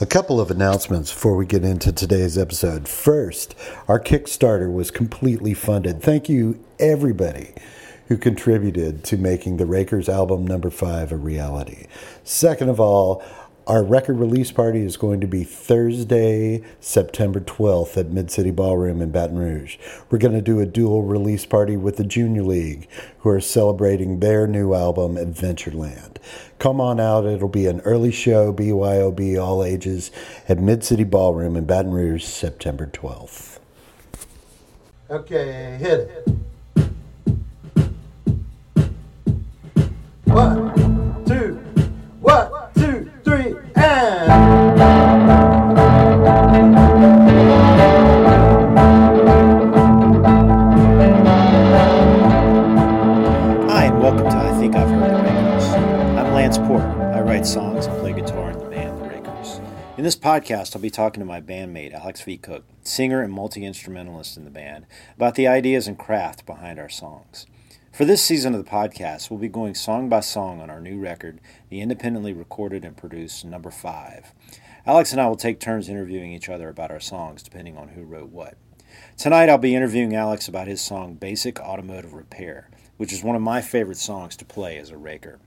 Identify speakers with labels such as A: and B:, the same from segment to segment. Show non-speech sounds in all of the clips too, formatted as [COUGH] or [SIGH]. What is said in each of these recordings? A: A couple of announcements before we get into today's episode. First, our Kickstarter was completely funded. Thank you, everybody who contributed to making the Rakers album number five a reality. Second of all, our record release party is going to be Thursday, September 12th at Mid City Ballroom in Baton Rouge. We're going to do a dual release party with the Junior League, who are celebrating their new album, Adventureland. Come on out. It'll be an early show, BYOB, all ages, at Mid City Ballroom in Baton Rouge, September 12th. Okay, hit it. One, two, one, two, three, and.
B: Hi, and welcome to I Think I've Heard the Rakers. I'm Lance Porter. I write songs and play guitar in the band The Rakers. In this podcast, I'll be talking to my bandmate, Alex V. Cook, singer and multi instrumentalist in the band, about the ideas and craft behind our songs. For this season of the podcast, we'll be going song by song on our new record, the independently recorded and produced number five. Alex and I will take turns interviewing each other about our songs, depending on who wrote what. Tonight, I'll be interviewing Alex about his song Basic Automotive Repair, which is one of my favorite songs to play as a raker.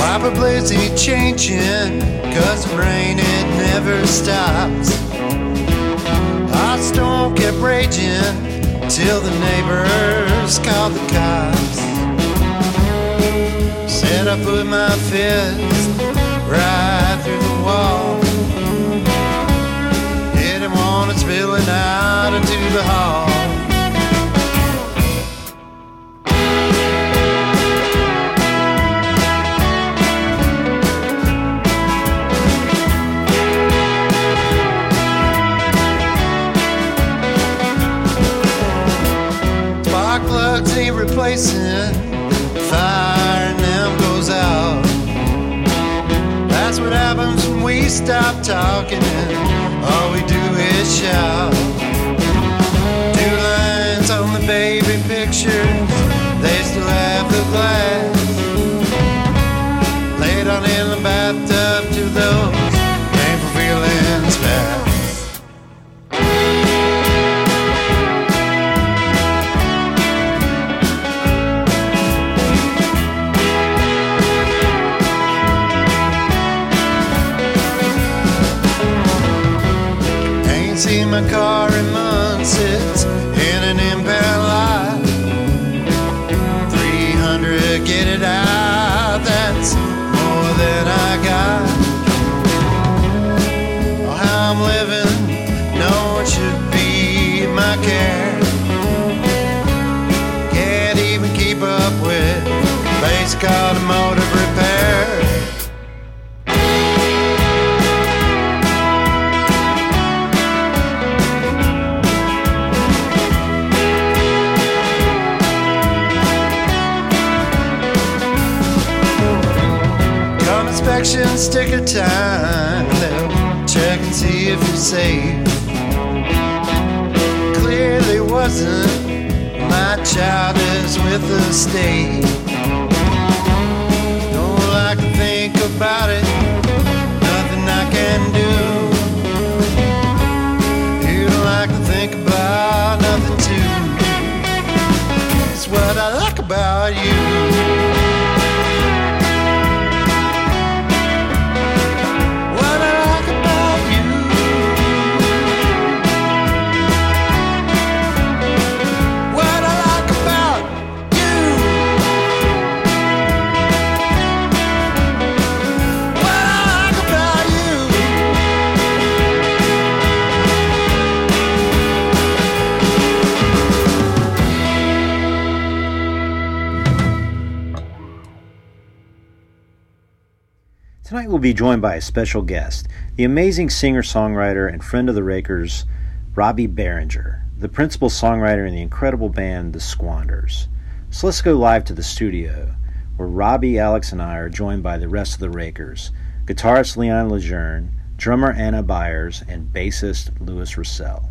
C: Wiper blades keep changing, cause the rain it never stops. Hot storm kept raging till the neighbors called the cops. Said I put my fist right through the wall. Hit him on it spilling out into the hall. Spark plugs ain't replacing. Fire now goes out. That's what happens when we stop talking and all we do is shout. Two lines on the baby pictures, they still have the glass. Laid on in the bathtub to those painful feelings past. Ain't seen my car in months. It's in an impair lot. 300, get it out. That's more than I got. Oh, how I'm living, no one should be my care. Can't even keep up with basic automotive repair. Come inspection sticker time. They'll check and see if you're safe. Clearly wasn't. My child is with the state. Don't like to think about it. Nothing I can do. You don't like to think about nothing too. It's what I like about you. What I like about you. What I like about you. What I like about you.
B: Tonight we'll be joined by a special guest, the amazing singer songwriter and friend of the Rakers, Robbie Barringer, the principal songwriter in the incredible band The Squanders. So let's go live to the studio, where Robbie, Alex, and I are joined by the rest of the Rakers guitarist Leon Lejeune,
D: drummer Anna Byers, and bassist Louis Russell.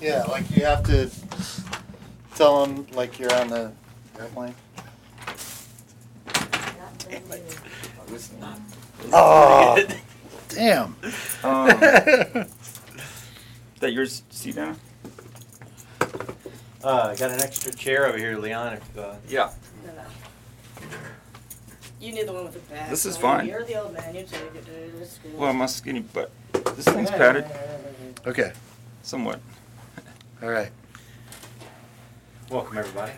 C: Yeah, like you have to tell them like you're on the airplane. Oh,
B: [LAUGHS]
C: Damn.
E: Is that yours, Steve Anna?
B: Uh, I got an extra chair over here, Leon. If, uh,
E: Yeah.
F: No, no. You need the one with the back.
E: This is
F: You're-
E: fine.
F: You're the old man. You take it, dude. It's cool.
E: Well, my skinny butt. This thing's padded
C: Okay.
E: somewhat.
C: All right.
B: welcome everybody.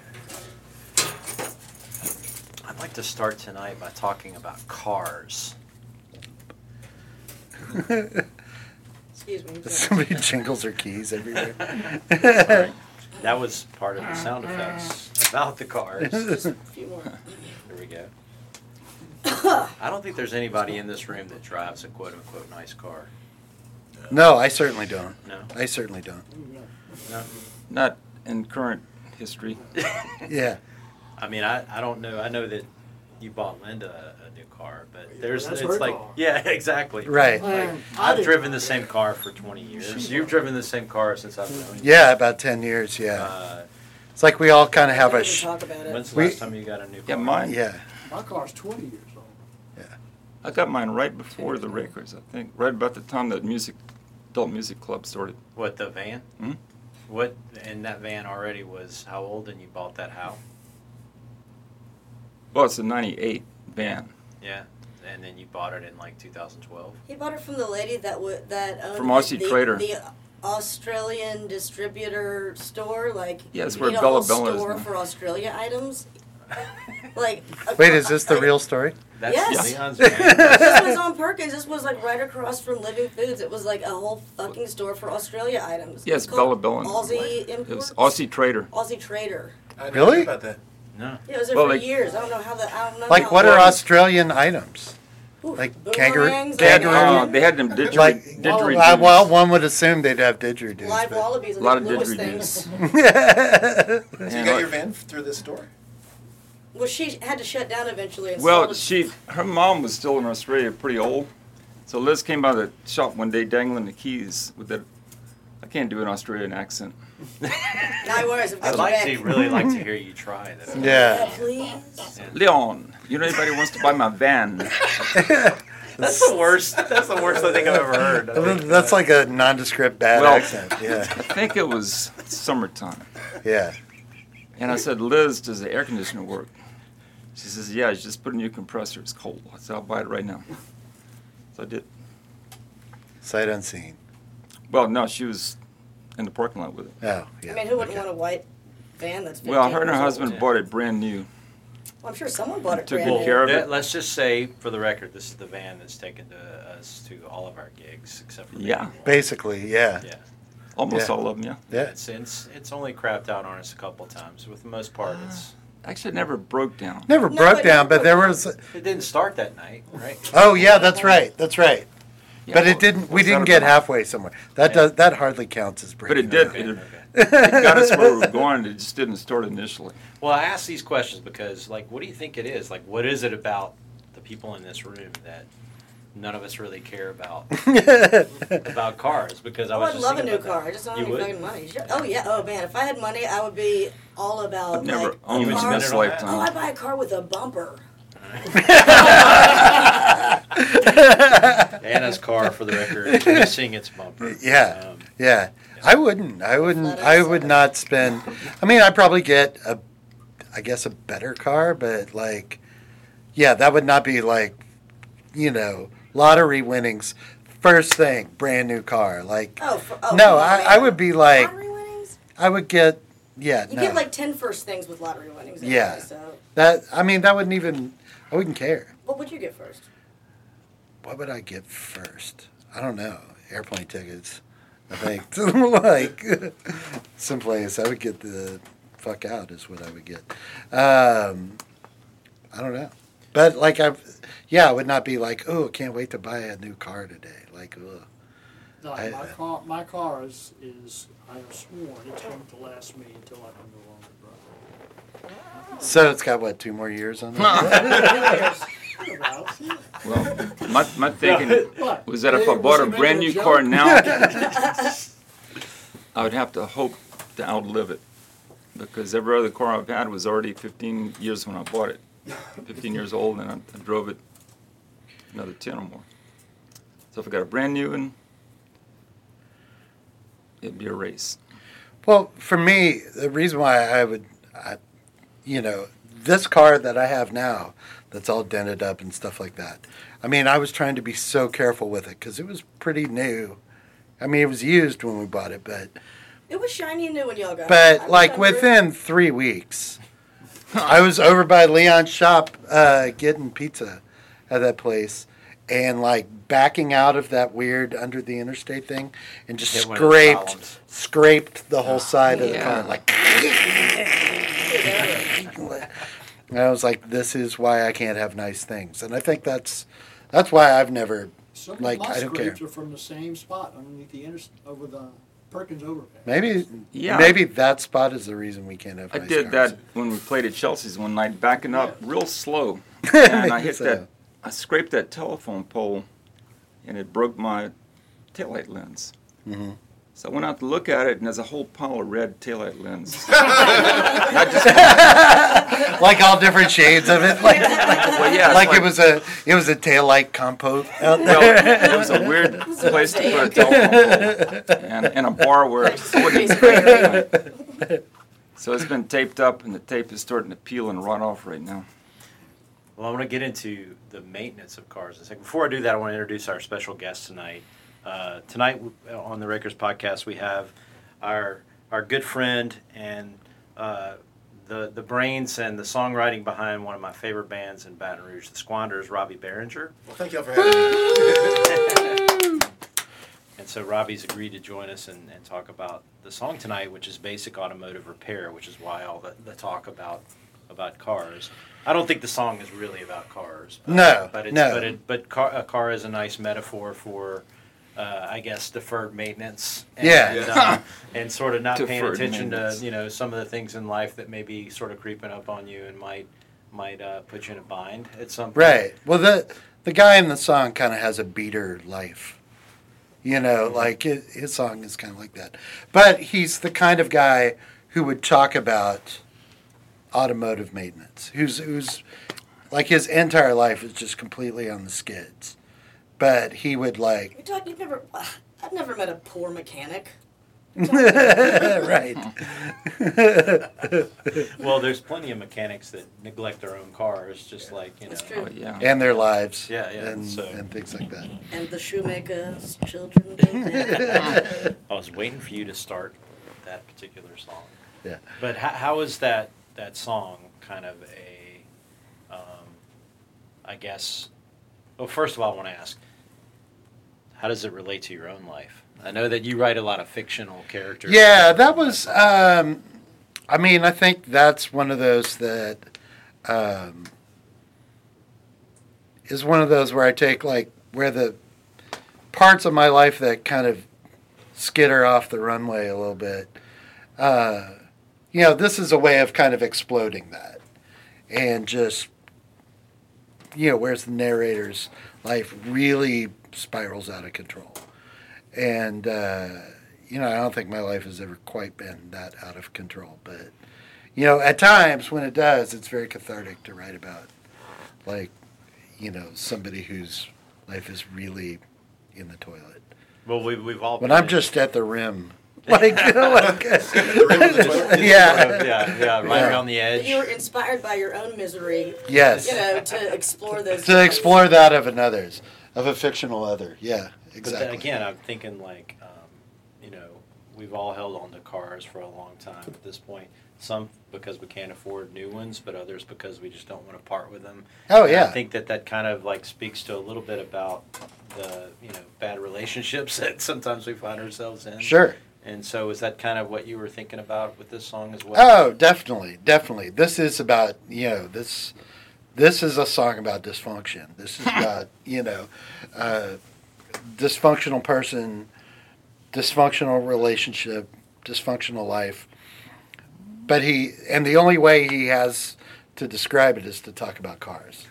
B: I'd like to start tonight by talking about
C: [LAUGHS]
B: cars.
F: Excuse me.
C: Somebody jingles their keys everywhere.
B: That was part of the sound effects about the
C: [LAUGHS]
B: cars. There
F: Just a few
E: [COUGHS]
F: more.
B: we go. I don't think there's anybody in this room that drives a quote unquote nice car.
C: No, I certainly don't.
B: No.
C: I certainly don't.
E: Not in current history.
C: Yeah.
B: I mean, I, I don't know. I know that you bought Linda a, a new car, but there's
G: that's
B: it's
G: her
B: like
G: car.
B: yeah, [LAUGHS] exactly.
C: Right.
B: Like, I've driven the same car for 20 years. You've driven the same car since I've known you.
C: Yeah, about 10 years, yeah.
B: Uh,
C: It's like we all kind of have
F: Don't
C: a
F: even
C: sh-
F: talk about it.
B: When's the
C: We-
B: last time you got a new car?
E: Yeah, mine.
C: yeah.
G: My car's 20 years old.
E: I got mine right before the records, I think. Right about the time that music, adult music club started.
B: What the van?
E: Hmm?
B: What and that van already was how old? And you bought that how?
E: Well, it's a 98 van.
B: Yeah, and then you bought it in like 2012.
F: He bought it from the lady that would that owned
E: From Aussie
F: the,
E: Trader.
F: the Australian distributor store, like
E: Yeah, it's
F: you
E: where
F: know,
E: Bella
F: a
E: Bella is
F: store
E: now.
F: for Australia items. like
E: [LAUGHS]
F: a-
C: Wait, is this the
F: like,
C: real story?
B: That's
F: Yes.
B: Leon's van.
F: This was on Perkins. This was like right across from Living Foods. It was like a whole fucking store for Australia items.
E: Yeah, it's Bella
F: called
E: Bella.
F: Aussie
E: It was
F: imports.
E: Aussie Trader.
F: Aussie Trader.
C: Really?
B: No,
F: Yeah, it was there
E: Well,
F: for
E: like-
F: years. I don't know how the. I don't know.
C: Like,
F: how
C: what
F: it
C: are
F: works.
C: Australian items?
F: Ooh,
C: like kangaroo-
F: boomerangs,
E: They had,
C: Kangaroo.
E: uh, they had them didgerid-
C: Like,
E: didgeridoos.
C: Uh, well, one would assume they'd have didgeridoos.
F: live
C: but-
F: wallabies.
E: a
F: and
E: lot of
F: Lewis
E: didgeridoos.
F: things.
E: And
H: You
E: I-
H: got your van through this door?
F: Well, she had to shut down eventually. And
E: uh, Well,
F: sold-
E: she, her mom was still in Australia, pretty old. So Liz came by the shop one day dangling the keys with that. I can't do an Australian accent.
F: No worries. I've
B: I'd
F: got your
B: like
F: back.
B: to really like
H: [LAUGHS]
B: to hear you try that.
C: [LAUGHS]
F: Yeah,
C: Yeah.
F: please.
E: Leon, you know anybody who wants to buy my
C: [LAUGHS]
E: van?
B: That's the worst. That's the worst I think I've ever heard. I think-
C: That's like a nondescript bad
E: Well-
C: accent.
B: [LAUGHS]
C: Yeah.
E: I think it was summertime.
C: Yeah.
E: And I said, Liz, does the air conditioner work? She says, Yeah, just put in your compressor. It's cold. I said, I'll buy it right now. So I did.
C: Sight unseen.
E: Well, no, she was in the parking lot with it.
C: Oh, yeah.
F: I mean, who
C: [LAUGHS]
F: wouldn't
C: okay.
F: want a white van that's 15
E: Well, her and her
F: years old?
E: husband
B: yeah.
E: bought it brand new.
F: Well, I'm sure someone bought it
E: Took
F: brand
E: good
F: new.
E: care of
B: Yeah,
E: it.
B: let's just say, for the record, this is the van that's taken to us to all of our gigs, except for maybe
E: Yeah.
B: one.
C: Basically, yeah.
B: yeah.
E: Almost
C: Yeah.
E: all of them, yeah.
C: Yeah.
B: It's, it's it's only crapped out on us a couple times. With the most part, it's
E: Actually, it never broke down.
C: Never
F: No,
C: broke
F: it
C: down,
F: never
C: but there
F: broke
C: was.
H: Ah.
B: it didn't start that night, right?
C: Oh, yeah, that's right. That's right.
E: Yeah,
C: But it
E: well,
C: didn't. We
E: was
C: didn't
E: out
C: get
E: of-
C: halfway somewhere. That does. That hardly counts as
E: But
C: breaking.
E: it did. It, it got us where
C: [LAUGHS]
E: we were going. It just didn't start initially.
B: Well, I ask these questions because, like, what do you think it is? Like, what is it about the people in this room that none of us really care about
C: [LAUGHS]
B: about cars? Because I
F: Oh,
B: was
F: I'd
B: just
F: love a
B: thinking
F: new
B: about that.
F: car. I just don't
B: You
F: have any
B: would?
F: fucking money. Sure. Oh yeah. Oh man, if I had money, I would be all about
E: I've never
F: like a
E: owned it in
F: car.
E: this
B: Oh,
F: Oh, I
E: lifetime.
F: buy a car with a bumper.
B: Anna's car, for the record, missing its bumper.
C: Yeah.
B: Um,
C: Yeah. I wouldn't. I wouldn't.
F: Let us
C: I would
F: know.
C: not spend. I mean, I probably get a, I guess a better car, but like, yeah, that would not be like, you know, lottery winnings. First thing, brand new car. Like,
F: Oh, for, oh
C: no,
F: come on,
C: I,
F: man.
C: I would be like,
F: Lottery winnings?
C: I would get, yeah,
F: You
C: no,
F: get like 10 first things with lottery winnings. Anyway,
C: Yeah.
F: So,
C: that. I mean, that wouldn't even. I wouldn't care.
F: what would you get first?
C: What would I get first? I don't know. Airplane tickets. I think like [LAUGHS] someplace I would get the fuck out is what I would get. Um, I don't know, but like I've yeah, I would not be like oh I can't wait to buy a new car today. Like ugh.
G: No,
C: I-
G: my car, my car is, is, I have sworn it's going to last me until I can no longer
H: [LAUGHS]
G: drive.
C: so it's got what two more years on it.
G: About-
E: Well, my, my thinking
G: But
E: was that if I
H: Hey,
E: bought a
H: was he
E: brand new
H: making a
E: car
H: joke?
E: now, I would have to hope to outlive it because every other car I've had was already 15 years when I bought it, 15 years old, and I, I drove it another 10 or more. So if I got a brand new one, it'd be a race.
H: Well, for me, the reason why I would, I, you know, this car that I have now, that's all dented up and stuff like that. I mean, I was trying to be so careful with it because it was pretty new. I mean, it was used when we bought it, but
F: It was shiny and new when y'all got it. I
H: but like
F: remember.
H: within three weeks, I was over by Leon's shop uh, getting pizza at that place. And like backing out of that weird under the interstate thing, and just
B: Hit one of the
H: scraped
B: columns.
H: scraped the whole side of the
E: Yeah.
H: car like [LAUGHS] And I was like, this is why I can't have nice things. And I think that's that's why I've never
G: Some
H: Like,
G: of my
H: I don't
G: scrapes
H: care.
G: are from the same spot underneath the inter, over the Perkins overpass.
H: maybe
E: Yeah.
H: maybe that spot is the reason we can't have
E: I
H: nice
E: did
H: cars.
E: that when we played at Chelsea's one night, backing up real
H: [LAUGHS]
E: slow. And I hit
H: So-
E: that, I scraped that telephone pole and it broke my taillight lens.
H: Mm-hmm.
E: So I went out to look at it and there's a whole pile of red taillight
H: [LAUGHS]
E: lens. Not just,
H: Like all different shades of it. Like
E: well, yeah, it's
H: like, it was a it was a taillight compote
E: [LAUGHS]
H: out there.
E: well, it was a weird place to put a telephone pole and, and a bar where it just wouldn't scrape anything. So it's been taped up and the tape is starting to peel and rot off right now.
B: Well, I want to get into the maintenance of cars in a second. Before I do that, I want to introduce our special guest tonight. Uh, tonight w- on the Rakers podcast, we have our our good friend and uh, the the brains and the songwriting behind one of my favorite bands in Baton Rouge, the Squanders, Robbie Behringer.
H: Well, thank y'all for having
C: [LAUGHS]
H: me.
B: And so Robbie's agreed to join us and, and talk about the song tonight, which is basic automotive repair, which is why all the, the talk about about cars. I don't think the song is really about cars. but-
H: No,
B: but it's,
H: no.
B: but it, but car, a car is a nice metaphor for, uh, I guess, deferred maintenance. And,
H: Yeah.
B: and,
H: Yeah.
B: um, [LAUGHS] and sort of not paying
E: Deferred
B: attention to
E: maintenance.
B: you know some of the things in life that may be sort of creeping up on you and might might uh, put you in a bind at some point.
H: Right. Well, the the guy in the song kind of has a beater life. You know, like his, his song is kind of like that. But he's the kind of guy who would talk about automotive maintenance. Who's who's like his entire life is just completely on the skids. But he would
F: [LAUGHS]
H: like [LAUGHS]
F: You talk, you've never, [SIGHS] I've never met a poor mechanic.
H: right. [LAUGHS]
B: Well, there's plenty of mechanics that neglect their own cars, just like you know.
F: That's true.
E: Oh, yeah.
H: And their lives.
B: Yeah, yeah,
H: And,
B: so-
H: and things like that.
F: And the shoemaker's children. don't they?
H: [LAUGHS]
B: I was waiting for you to start that particular song.
H: Yeah.
B: But how, how is that that song kind of a, um, I guess. Well, first of all, I want to ask, how does it relate to your own life? I know that you write a lot of fictional characters.
H: Yeah, that was. Um, I mean, I think that's one of those that um, is one of those where I take like where the parts of my life that kind of skitter off the runway a little bit. Uh, you know, this is a way of kind of exploding that, and just you know, where's the narrator's life really spirals out of control, and. Uh, you know, I don't think my life has ever quite been that out of control, but you know, at times when it does, it's very cathartic to write about like, you know, somebody whose life is really in the toilet.
B: Well, we, we've all.
H: When
B: been
H: I'm
B: in-
H: just at the rim. [LAUGHS]
B: [LAUGHS]
H: Like, like
B: Sort
H: [LAUGHS] yeah.
B: of, yeah, yeah, right
H: Yeah.
B: around the edge.
F: you were inspired by your own misery,
H: Yes.
F: you know, to explore those.
H: To explore that of another's, of a fictional other. Yeah,
B: But
H: exactly.
B: then again, I'm thinking like, um, you know, we've all held on to cars for a long time at this point. Some because we can't afford new ones, but others because we just don't want to part with them.
H: oh
B: And
H: yeah.
B: I think that that kind of like speaks to a little bit about the you know bad relationships [LAUGHS] that sometimes we find ourselves in.
H: sure.
B: And so is that kind of what you were thinking about with this song as well?
H: Oh, definitely, definitely. This is about you know this. This is a song about dysfunction.
B: [LAUGHS]
H: This is about you know, uh, dysfunctional person, dysfunctional relationship, dysfunctional life. But he and the only way he has to describe it is to talk about cars.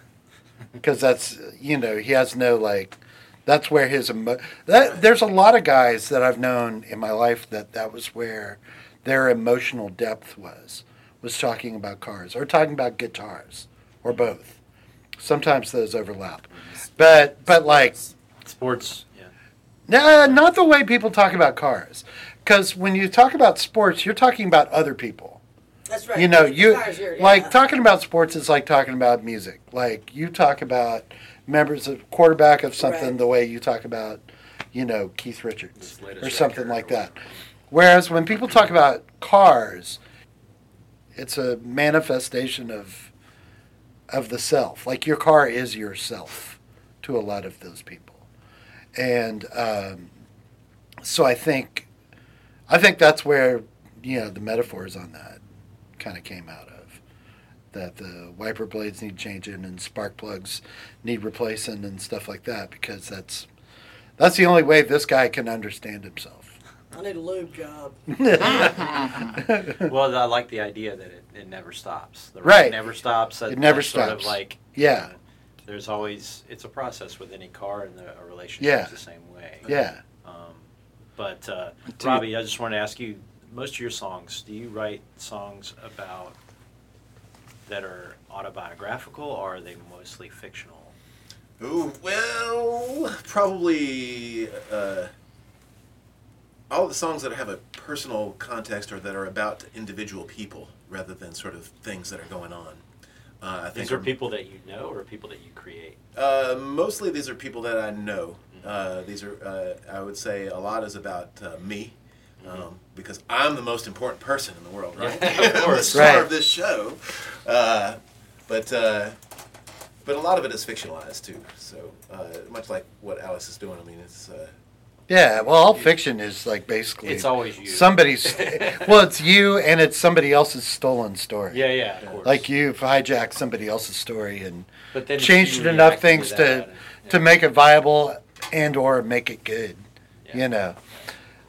H: because that's you know he has no like that's where his emo- that there's a lot of guys that I've known in my life that that was where their emotional depth was was talking about cars or talking about guitars or both. Sometimes those overlap, but but like
B: Sports. Yeah.
H: no, not the way people talk about cars. Because when you talk about sports, you're talking about other people.
F: That's right.
H: You know,
F: As
H: you
F: far as your-
H: like
F: yeah.
H: talking about sports is like talking about music. Like you talk about members of quarterback of something
F: Right.
H: the way you talk about, you know, Keith Richards
B: His latest
H: or something
B: record
H: like
B: or
H: that. Whereas when people talk about cars, it's a manifestation of of the self. Like your car is yourself to a lot of those people, and um, so I think I think that's where you know the metaphors on that kind of came out of that the wiper blades need changing and spark plugs need replacing and stuff like that because that's that's the only way this guy can understand himself. [LAUGHS]
F: I need a lube job.
B: Well, I like the idea that it, it never stops. The
H: Right.
B: ride never stops. That-
H: It never
B: that's Sort of
H: stops.
B: like
H: Yeah.
B: there's always it's a process with any car and the, a relationship
H: Yeah.
B: is the same way.
H: Yeah.
B: Um, but uh,
E: Do you-
B: Robbie, I just wanted to ask you: most of your songs, do you write songs about that are autobiographical, or are they mostly fictional?
I: Ooh, well, probably uh, all the songs that have a personal context or that are about individual people rather than sort of things that are going on. Uh, I think
B: These are people that you know, or people that you create.
I: Uh, mostly these are people that I know.
B: Mm-hmm.
I: Uh, these are, uh, I would say, a lot is about uh, me.
B: Mm-hmm.
I: Um, because I'm the most important person in the world, right? [LAUGHS] of the star
H: Right.
I: of this show, uh, but uh, but a lot of it is fictionalized too. So uh, much like what Alice is doing, I mean, it's uh,
H: Yeah, well, all fiction is like basically
B: It's always you. [LAUGHS]
H: somebody's. well, it's you and it's somebody else's stolen story.
B: Yeah, yeah, of course.
H: like you've hijacked somebody else's story and
B: but then
H: changed
B: you
H: enough
B: react
H: things
B: that
H: to
B: and-
H: to make it viable and or make it good.
B: Yeah.
H: You know,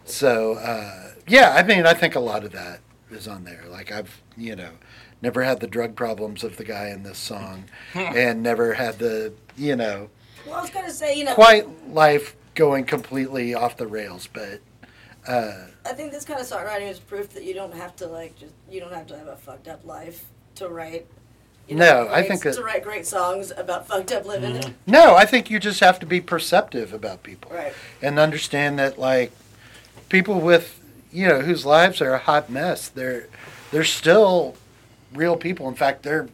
H: so uh, yeah, I mean, I think a lot of that is on there. Like I've you know never had the drug problems of the guy in this
B: [LAUGHS]
H: song, and never had the you know
F: Well, I was gonna say, you know,
H: quite life going completely off the rails, but
F: I think this kind of songwriting is proof that you don't have to like just you don't have to have a fucked up life to write. You
H: No,
F: know,
H: I
F: great-
H: think that- Mm-hmm.
F: to write great songs about fucked up living.
H: No, I think you just have to be perceptive about people
F: Right.
H: and understand that like people with you know whose lives are a hot mess, they're they're still real people. In fact, they're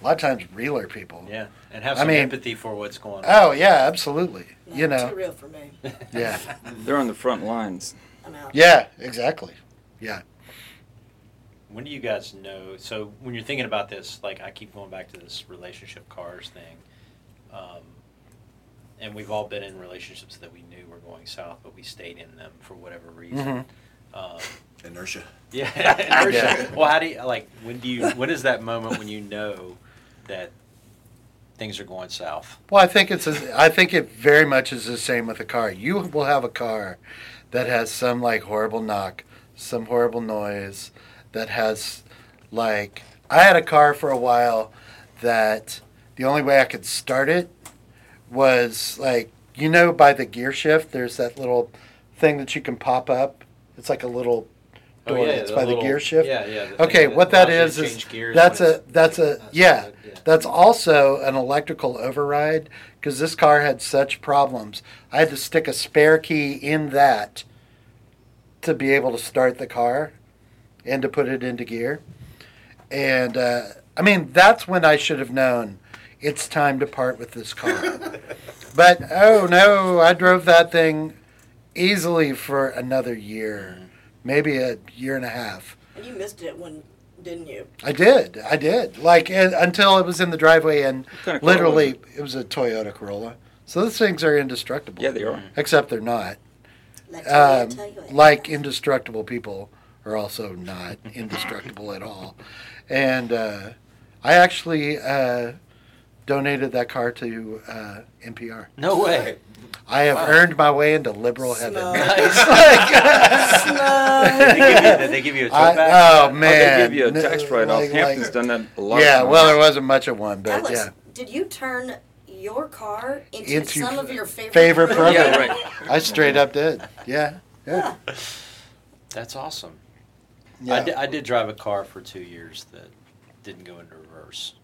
H: a lot of times realer people.
B: Yeah, and have
H: I
B: some
H: mean-
B: empathy for what's going on.
H: Oh yeah, absolutely. You
F: Too
H: know,
F: real for me.
H: yeah,
E: They're on the front lines.
F: I'm out.
H: yeah, exactly. Yeah,
B: When do you guys know? So when you're thinking about this, like I keep going back to this relationship cars thing, um, and we've all been in relationships that we knew were going south, but we stayed in them for whatever reason. Um,
I: inertia.
B: [LAUGHS] yeah. inertia. [LAUGHS] Well, how do you like? When do you? When is that moment when you know that things are going south?
H: Well, I think it's a, I think it very much is the same with a car. You will have a car that has some like horrible knock, some horrible noise that has like I had a car for a while that the only way I could start it was like you know by the gear shift there's that little thing that you can pop up. It's like a little door that's
B: Oh, the
H: by
B: little-
H: the gear shift.
B: Yeah, yeah. the thing
H: Okay, what that
B: allows
H: is
B: you to
H: is
B: change gears
H: that's
B: when
H: a
B: it's-
H: that's a
B: That's
H: yeah
B: yeah.
H: that's also an electrical override because this car had such problems. I had to stick a spare key in that to be able to start the car and to put it into gear. And uh, I mean that's when I should have known it's time to part with this
B: [LAUGHS]
H: car. but oh no, I drove that thing easily for another year,
B: Mm-hmm.
H: maybe a year and a half.
F: And you missed it when, didn't you?
H: I did. I did. Like it, until it was in the driveway, and
E: kind of Corolla
H: literally
E: was
H: it was a Toyota Corolla. So those things are indestructible.
E: Yeah, they are.
H: Except they're not.
F: Like,
H: Um,
F: tell you it.
H: like indestructible people are also
F: [LAUGHS]
H: not indestructible at all. And uh, I actually uh, donated that car to uh, NPR.
B: No way.
H: I have earned my way into
F: [LAUGHS]
H: liberal heaven. [LAUGHS]
F: Smug. Smug.
B: Did they give you, did they give you a tote bag?
H: I, oh
E: Oh,
H: man!
E: they give you a
H: No,
E: tax write-off.
H: like-
E: Hampton's
H: like-
E: done that a lot. of
H: yeah,
E: times.
H: well, there wasn't much of one, but
F: Alex,
H: yeah.
F: did you turn your car into,
H: Into
F: some of your favorite,
H: favorite
F: programs.
H: program.
E: Yeah, right.
H: I straight up did. Yeah. Yeah.
B: That's awesome. I,
H: Yeah.
B: did, I did drive a car for two years that didn't go into reverse.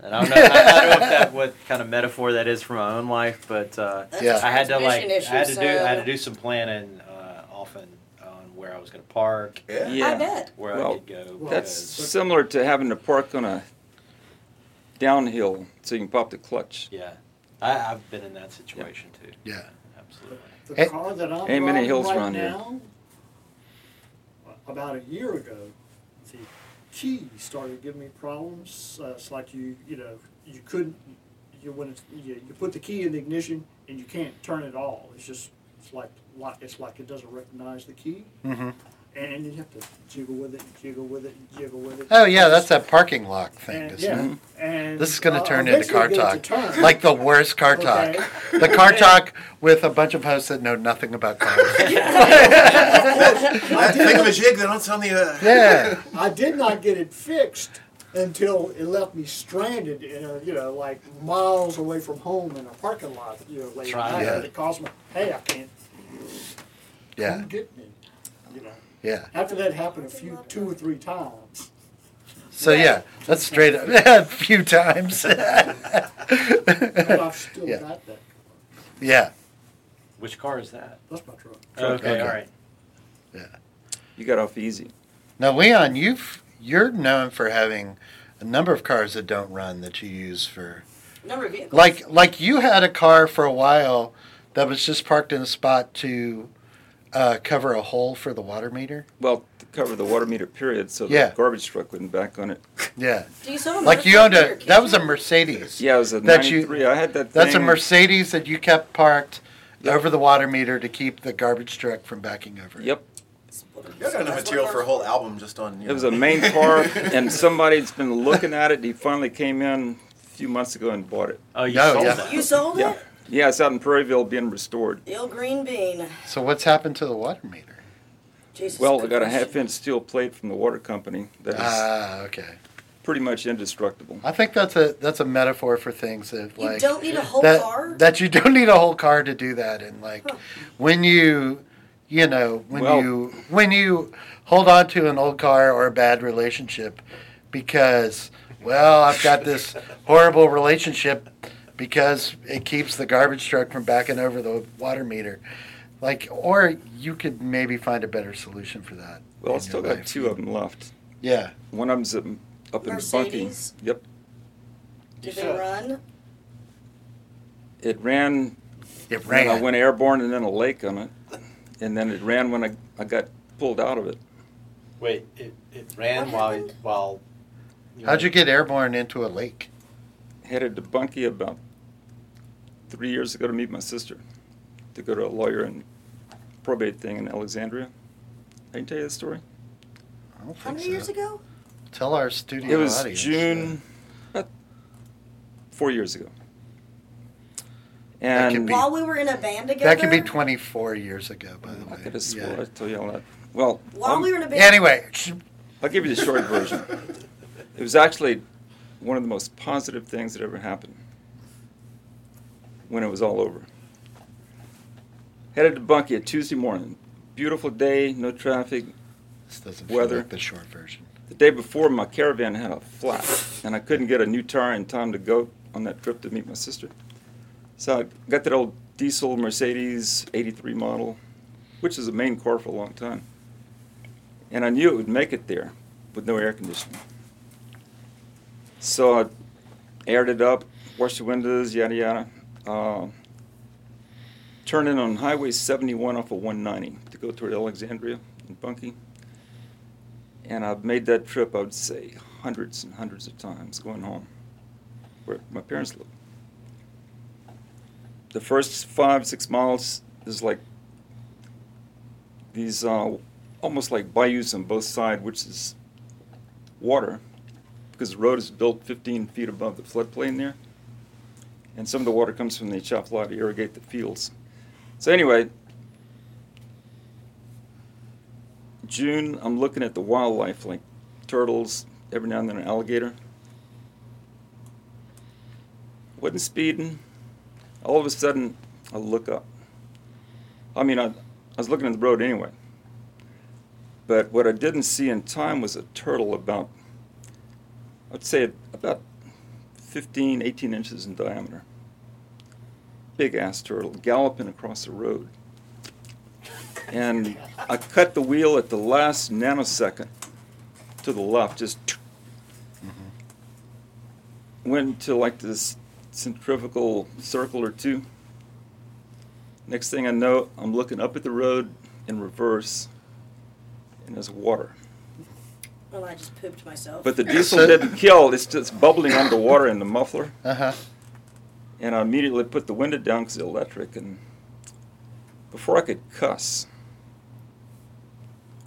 B: And I don't know, I don't know if that, what kind of metaphor that is for my own life, but uh,
F: That's
H: Yeah.
F: a
B: I had to like
F: transmission issue,
B: I had to do I had
F: so-
B: to do some planning uh, often on where I was going to park,
I: Yeah.
E: Yeah.
F: I bet.
B: where I
E: Well,
B: could go.
E: That's
B: because-
E: similar to having to park on a downhill so you can pop the clutch.
B: yeah, I, I've been in that situation too.
H: Yeah.
B: absolutely.
G: The
H: Hey-
G: car that I'm
E: Ain't many
G: driving
E: hills
G: right
E: around here.
G: now, about a year ago, the key started giving me problems. Uh, it's like you, you know, you couldn't, you when it's, you, you put the key in the ignition and you can't turn it all. It's just it's like like it's like it doesn't recognize the key,
H: Mhm.
G: and you have to jiggle with it, jiggle with it, jiggle with it.
H: Oh yeah, that's that parking lock thing,
G: And,
H: isn't
G: yeah,
H: it?
G: and
H: This is going
G: uh,
H: to turn into
G: eventually
H: car
G: get it to
H: talk,
G: turn. [LAUGHS]
H: like the worst car talk.
G: Okay. [LAUGHS]
H: The car talk with a bunch of hosts that know nothing about
G: [LAUGHS]
H: cars.
I: I think of a jig that don't tell me. Uh,
H: Yeah.
G: I did not get it fixed until it left me stranded in a, you know, like miles away from home in a parking lot, you know, late
B: Trying
G: night.
H: to-
G: And It caused me, hey, I can't
H: Yeah.
G: come get me. You know,
H: Yeah.
G: after that happened a few, two or
H: [LAUGHS]
G: three times.
H: So yeah, that's straight up [LAUGHS] a few times. [LAUGHS]
G: But I've still
H: Yeah.
G: got that.
H: yeah.
B: Which car is that?
G: That's my truck.
B: Okay,
H: Okay.
B: all right.
E: You got off easy.
H: Now Leon, you've you're known for having a number of cars that don't run that you use for
F: Number of vehicles.
H: like like you had a car for a while that was just parked in a spot to uh, cover a hole for the water meter.
E: Well, to cover the water meter period so
H: Yeah.
E: the garbage truck wouldn't back on it.
H: Yeah.
F: Do you sell them
H: Like
F: right
H: you
F: from
H: owned
F: your
H: a that was a
F: kitchen?
H: Mercedes.
E: Yeah, it was a
H: That you-
E: 93. I had that
H: That's a
E: thing.
H: Mercedes that you kept parked over the water meter to keep the garbage truck from backing over. it.
E: Yep.
I: Y'all got enough material for a whole album just on. You
E: It was
I: know.
E: a main
B: [LAUGHS]
E: car, and somebody's been looking at it. He finally came in a few months ago and bought it.
B: Oh, you
H: No,
B: sold
H: yeah.
B: that.
F: You sold
E: Yeah.
F: it?
E: Yeah, it's out in Prairieville being restored.
F: The old green bean.
H: So what's happened to the water meter?
F: Jesus.
E: Well, I
F: good
E: got a
F: question.
E: half inch steel plate from the water company that is
H: Ah, okay.
E: pretty much indestructible.
H: I think that's a that's a metaphor for things that
F: You
H: like
F: don't need a whole
H: that
F: car?
H: that you don't need a whole car to do that, and like when you you know when
E: Well-
H: you when you hold on to an old car or a bad relationship because well I've
E: [LAUGHS]
H: got this horrible relationship because it keeps the garbage truck from backing over the water meter. Like, or you could maybe find a better solution for that.
E: Well, I
H: in
E: still
H: your
E: got
H: life.
E: two of them left.
H: Yeah,
E: One of them's up up in Bunkie.
F: Mercedes?
E: Yep.
F: Did they run?
E: It ran
H: it
E: when I
H: ran.
E: went airborne and then a lake on it. And then it ran when I, I got pulled out of it.
B: Wait, it, it ran
F: What
B: while
F: happened?
B: while. you
H: How'd
B: were-
H: you get airborne into a lake?
E: Headed to Bunkie about three years ago to meet my sister, to go to a lawyer and probate thing in Alexandria. I can tell you the story.
H: I don't
F: How
H: think
F: many
H: so.
F: years ago?
H: Tell our studio
E: It was
H: audience,
E: June, [LAUGHS] about four years ago.
H: That could
E: And
H: be-
F: While we were in a band
H: uh,
F: together?
H: That could be 24 years ago, by the way.
E: I could have swore
H: Yeah.
E: I told you all that. Well,
F: While
E: I'm-
F: we were in a band.
H: Anyway, sh-
E: I'll give you the short
F: [LAUGHS]
E: version. It was actually one of the most positive things that ever happened when it was all over. Headed to Bunkie a Tuesday morning. Beautiful day, no traffic.
H: this doesn't feel
E: Weather.
H: like the short version.
E: The day before, my caravan had a flat, and I couldn't get a new tire in time to go on that trip to meet my sister. So I got that old diesel Mercedes 83 model, which is a main car for a long time. And I knew it would make it there with no air conditioning. So I aired it up, washed the windows, yada yada. Uh, turned in on Highway 71 off of 190 to go toward Alexandria and Bunkie. And I've made that trip, I would say, hundreds and hundreds of times going home where my parents live. The first five, six miles is like these uh, almost like bayous on both sides, which is water because the road is built 15 feet above the floodplain there. And some of the water comes from the chop lot to irrigate the fields. So, anyway, June, I'm looking at the wildlife like turtles, every now and then an alligator. wasn't speeding. All of a sudden, I look up. I mean, I, I was looking at the road anyway. But what I didn't see in time was a turtle about, I'd say about 15, 18 inches in diameter. Big ass turtle galloping across the road. And I cut the wheel at the last nanosecond to the left, just went into like this centrifugal circle or two. Next thing I know, I'm looking up at the road in reverse, and there's water.
F: Well, I just pooped myself.
E: But the diesel didn't kill, it's just bubbling underwater in the muffler.
H: Uh huh.
E: And I immediately put the window down because it's electric. And before I could cuss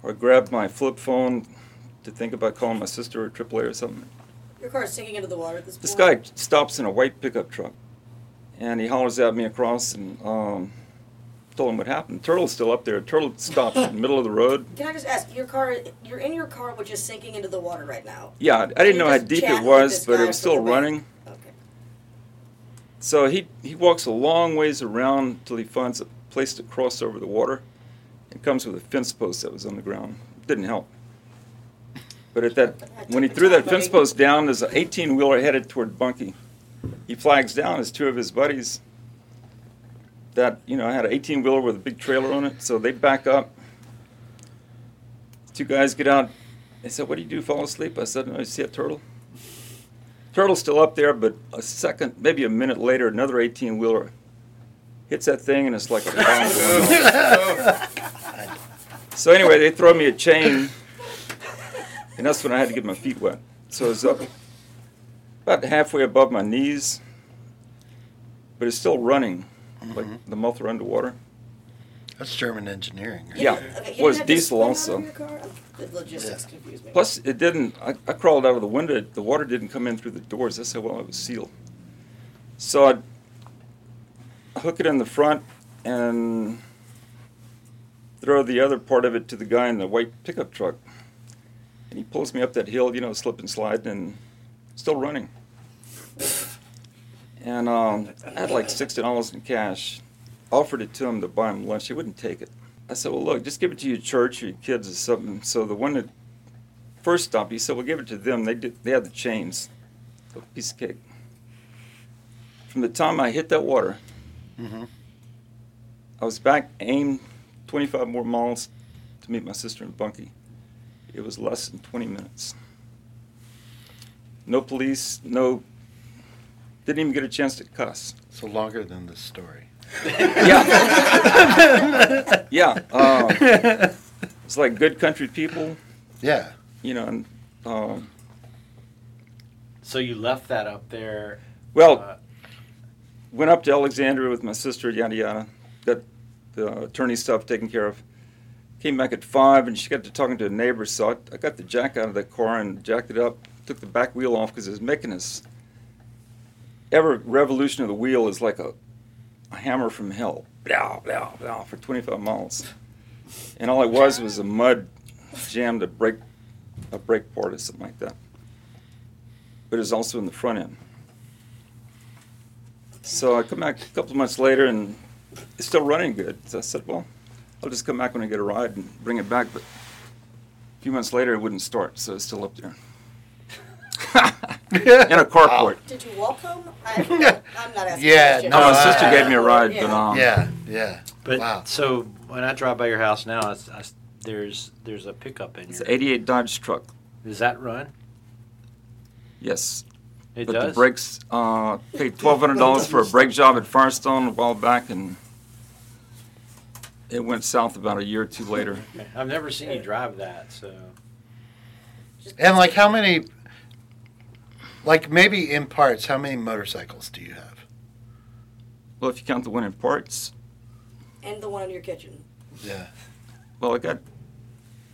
E: or grab my flip phone to think about calling my sister or AAA or something,
F: Your car's sinking into the water at this,
E: this guy
F: point.
E: stops in a white pickup truck, and he hollers at me across and um, told him what happened. Turtle's still up there. Turtle stops in the middle of the road.
F: Can I just ask, your car, you're in your car, which is sinking into the water right now.
E: Yeah, I didn't know how
F: Just
E: deep
F: chat
E: it
F: with
E: was,
F: this
E: but
F: guy
E: it was
F: for
E: still
F: the week.
E: running.
F: Okay.
E: So he, he walks a long ways around till he finds a place to cross over the water and comes with a fence post that was on the ground. Didn't help. But at that, when he threw that fence post down, there's an 18 wheeler headed toward Bunky. He flags down as two of his buddies that, you know, had an 18 wheeler with a big trailer on it. So they back up. Two guys get out. They said, What do you do? Fall asleep? I said, No, you see a turtle? Turtle's still up there, but a second, maybe a minute later, another 18 wheeler hits that thing and it's like a bomb going off. So, anyway, they throw me a chain, and that's when I had to get my feet wet. So it's up about halfway above my knees, but it's still running, like the muffler underwater.
H: That's German engineering. Right?
E: Yeah,
F: Okay, you
E: it
F: didn't
E: was
F: have to
E: diesel
F: spin out
E: also.
F: of your car? The logistics confuse me.
E: Plus, it didn't. I, I crawled out of the window. The water didn't come in through the doors. That's how well it was sealed. So I'd- I hook it in the front and throw the other part of it to the guy in the white pickup truck. And he pulls me up that hill, you know, slip and slide, and still running. And um, I had like sixty dollars in cash. Offered it to him to buy him lunch. He wouldn't take it. I said, "Well, look, just give it to your church or your kids or something." So the one that first stop, he said, "Well, give it to them. They did, they had the chains, a piece of cake." From the time I hit that water, I was back aimed 25 more miles to meet my sister in Bunkie. It was less than 20 minutes. No police, no. Didn't even get a chance to cuss.
H: So longer than this story.
E: Yeah. [LAUGHS] yeah. Um, it's like good country people,
H: Yeah.
E: you know, and. Um,
B: So you left that up there.
E: Well,
B: uh,
E: went up to Alexandria with my sister, yada yada, got the attorney stuff taken care of. Came back at five, and she got to talking to a neighbor. So I, I got the jack out of the car and jacked it up. Took the back wheel off because it's making this ever revolution of the wheel is like a, a hammer from hell, blah blah blah, for 25 miles. And all it was was a mud jammed a brake a brake part or something like that. But it was also in the front end. So I come back a couple of months later and it's still running good. So I said, well, I'll just come back when I get a ride and bring it back. But a few months later, it wouldn't start, so it's still up there. [LAUGHS] In a carport.
F: Did you walk home?
E: [LAUGHS]
F: I, I'm not asking.
H: Yeah,
F: questions.
H: no,
E: No,
H: Oh,
E: my
H: I-
E: sister gave me a ride, but um,
H: Yeah. Yeah.
B: but
H: wow.
B: so when I drive by your house now, it's, I, s- there's there's a pickup in
E: it's
B: your.
E: an 88 Dodge truck.
B: Does that run?
E: Yes.
B: It
E: but
B: does.
E: the brakes, uh, paid $1,200 for a brake job at Firestone a while back, and it went south about a year or two later.
B: Okay. I've never seen you drive that. So
H: And like how many? Like maybe in parts, how many motorcycles do you have?
E: Well, if you count the one in parts,
F: And the one in your kitchen.
H: Yeah.
E: Well, I got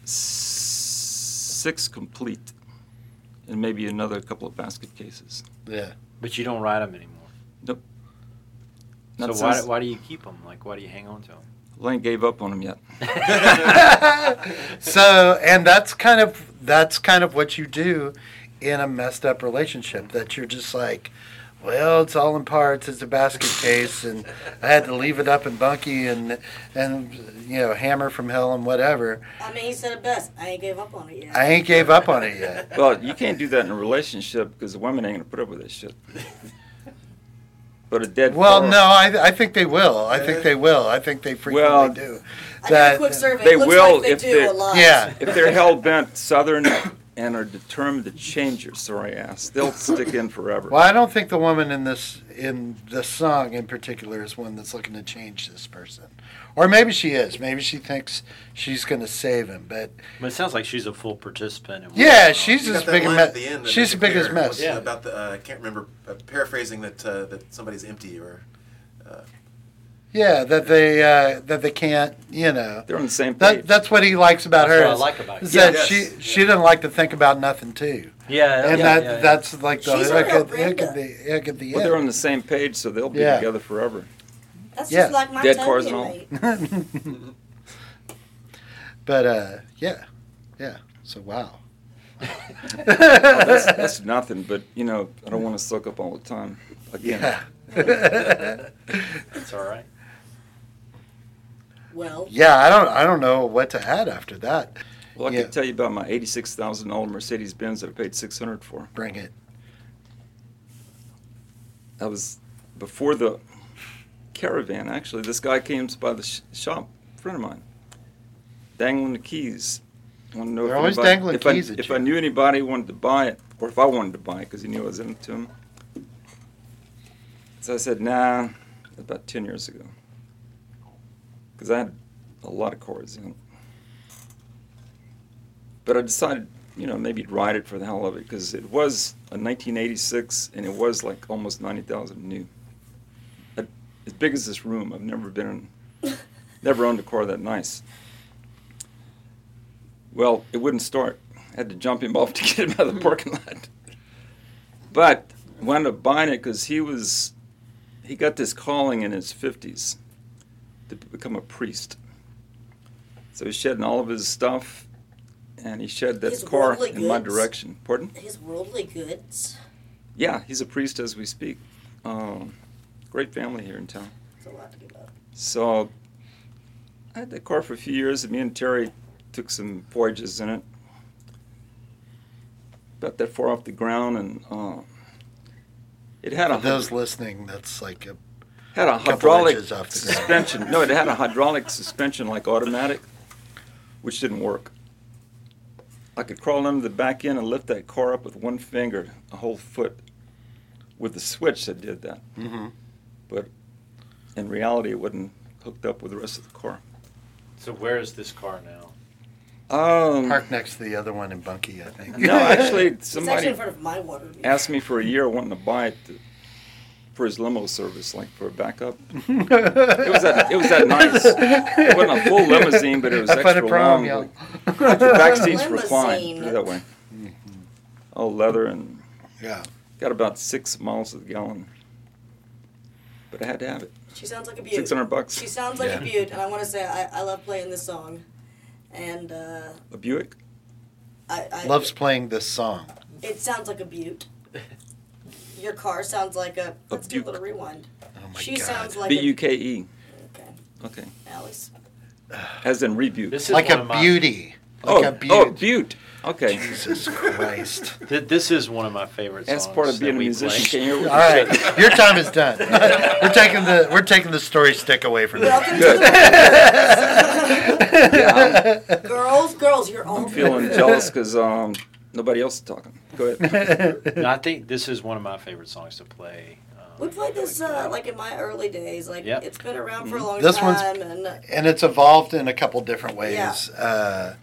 E: s- six complete, and maybe another couple of basket cases.
H: Yeah.
B: but you don't ride them anymore.
E: Not
B: so why,
E: since
B: why do you keep them? Like why do you hang on to them?
E: Lane gave up on them yet.
H: so and that's kind of that's kind of what you do in a messed up relationship that you're just like well, it's all in parts. It's a basket case, and I had to leave it up in Bunky and and you know hammer from hell and whatever.
F: I mean, he said it best. I ain't gave up on it yet.
H: I ain't gave up on it yet.
E: Well, you can't do that in a relationship because the women ain't gonna put up with that shit. But a dead
H: Well,
E: car-
H: no, I, I think they will. I think they will. I think they frequently
E: Well,
H: do.
F: I did a
H: That
F: quick survey.
E: they
F: it looks
E: will
F: like they
E: if
F: do
E: they-
F: a lot.
H: yeah,
E: if they're hell bent, southern, and are determined to change your sorry ass, they'll stick in forever.
H: Well, I don't think the woman in this in this song in particular is one that's looking to change this person, or maybe she is. Maybe she thinks she's going to save him. But
B: But it sounds like she's a full participant. In what goes
H: yeah,
B: on.
H: she's
I: You
H: as
I: got that
H: big a
I: line
H: mess.
I: at the end that
H: She's
I: makes
H: the
I: it
H: biggest
I: clear.
H: mess.
I: What's it About the uh, I can't remember uh, paraphrasing that uh, that somebody's empty or
H: Yeah, that they uh, that they can't. You know,
E: They're on the same page.
H: that that's what he likes about
B: That's
H: her.
B: what I
H: is-
B: like about
H: is
B: you.
H: that
I: Yes.
H: she she didn't like to think about nothing too,
B: Yeah,
H: and
B: yeah,
H: that
B: yeah, yeah.
H: that's like the
F: She's a
H: hook
F: real
H: at, hook
F: Brenda.
H: at the hook at the
E: Well, they're on
H: end.
E: the same page, so they'll be
H: Yeah.
E: together
H: [LAUGHS]
E: forever.
F: That's
H: Yeah.
F: just like my
E: Dead
F: Toby
E: cars and all.
F: mate.
H: But uh, yeah, yeah. So wow. [LAUGHS]
E: Well, that's, that's nothing, but you know, I don't want to suck up all the time. Again,
H: Yeah.
B: It's all right.
F: Well,
H: Yeah, I don't I don't know what to add after that.
E: well, I
H: Yeah.
E: could tell you about my eighty-six thousand dollar Mercedes Benz that I paid six hundred for.
H: Bring it.
E: That was before the caravan. Actually, this guy came by the sh- shop, a friend of mine, dangling the keys. Wanted to know
H: They're
E: if
H: always
E: anybody-
H: dangling
E: if I-
H: keys at
E: if
H: you.
E: I knew anybody wanted to buy it, or if I wanted to buy it, because he knew I was into him. So I said, "Nah," about ten years ago, because I had a lot of cars, you know. But I decided, you know, maybe ride it for the hell of it, because it was a 1986, and it was like almost 90,000 new. I- As big as this room, I've never been in, never owned a car that nice. Well, it wouldn't start. I had to jump him off [LAUGHS] to get him out of the parking lot. But wound up buying it because he was, he got this calling in his 50s to become a priest. So he's shedding all of his stuff, and he shed that
F: His
E: car
F: worldly
E: in my
F: goods.
E: direction. Pardon?
F: his worldly goods.
E: Yeah, he's a priest as we speak. Um, great family here in town.
F: It's a lot to give up.
E: So I had that car for a few years, and me and Terry took some voyages in it. About that far off the ground, and uh, it had a
H: For those listening, that's like a
E: had a
H: couple
E: hydraulic
H: inches off the ground.
E: suspension. No, it had a hydraulic suspension like automatic, which didn't work. I could crawl under the back end and lift that car up with one finger, a whole foot, with a switch that did that.
H: Mhm.
E: But in reality, it wasn't hooked up with the rest of the car.
B: So where is this car now?
E: Um,
H: park next to the other one in Bunky, I think.
E: No, actually,
H: [LAUGHS]
F: it's actually
E: somebody
F: in front of my water. meter.
E: asked me for a year wanting to buy it to, for his limo service, like for a backup. It was that. It was that nice. It wasn't a full limousine, but it was
H: Have fun at
E: extra
H: prom,
E: long.
H: y'all.
E: Like, like the back seats were reclined.
F: Limousine.
E: Put it that way. All leather and
H: Yeah.
E: got about six miles to the gallon. But I had to have it.
F: She sounds like a beaut.
E: Six hundred bucks.
F: She sounds like
H: Yeah.
F: a beaut, and I want to say I, I love playing this song, and uh,
E: A Buick.
F: I, I
H: Loves playing this song.
F: It sounds like a beaut. Your car sounds like a. Let's do a little rewind.
H: Oh my
F: she
H: god.
F: sounds like
E: B U
F: a.
E: K E.
F: Okay,
E: Okay.
F: Alex.
E: As in rebuke.
B: This is
H: like
B: one
H: a
B: of my,
H: beauty.
E: oh,
H: Like a beauty.
E: oh, Butte. Okay.
H: Jesus Christ.
B: Th- this is one of my favorite songs.
E: That's part of
B: that
E: being a
B: we
E: musician.
B: play.
E: Can you hear
H: [LAUGHS] All
E: what you
H: right.
E: said?
H: Your time is done. we're taking the we're taking the story stick away from you.
F: Welcome to
E: Yeah,
F: the [LAUGHS] girls, girls. You're all
E: I'm
H: [LAUGHS]
E: feeling jealous because um, nobody else is talking. Go
B: [LAUGHS]
E: ahead.
B: No, I think this is one of my favorite songs to play. Um,
F: We played this uh, like in my early days. Like
B: Yep.
F: it's been around for a long
H: Mm-hmm. This
F: time,
H: one's-
F: and uh,
H: and it's evolved in a couple different ways. Uh,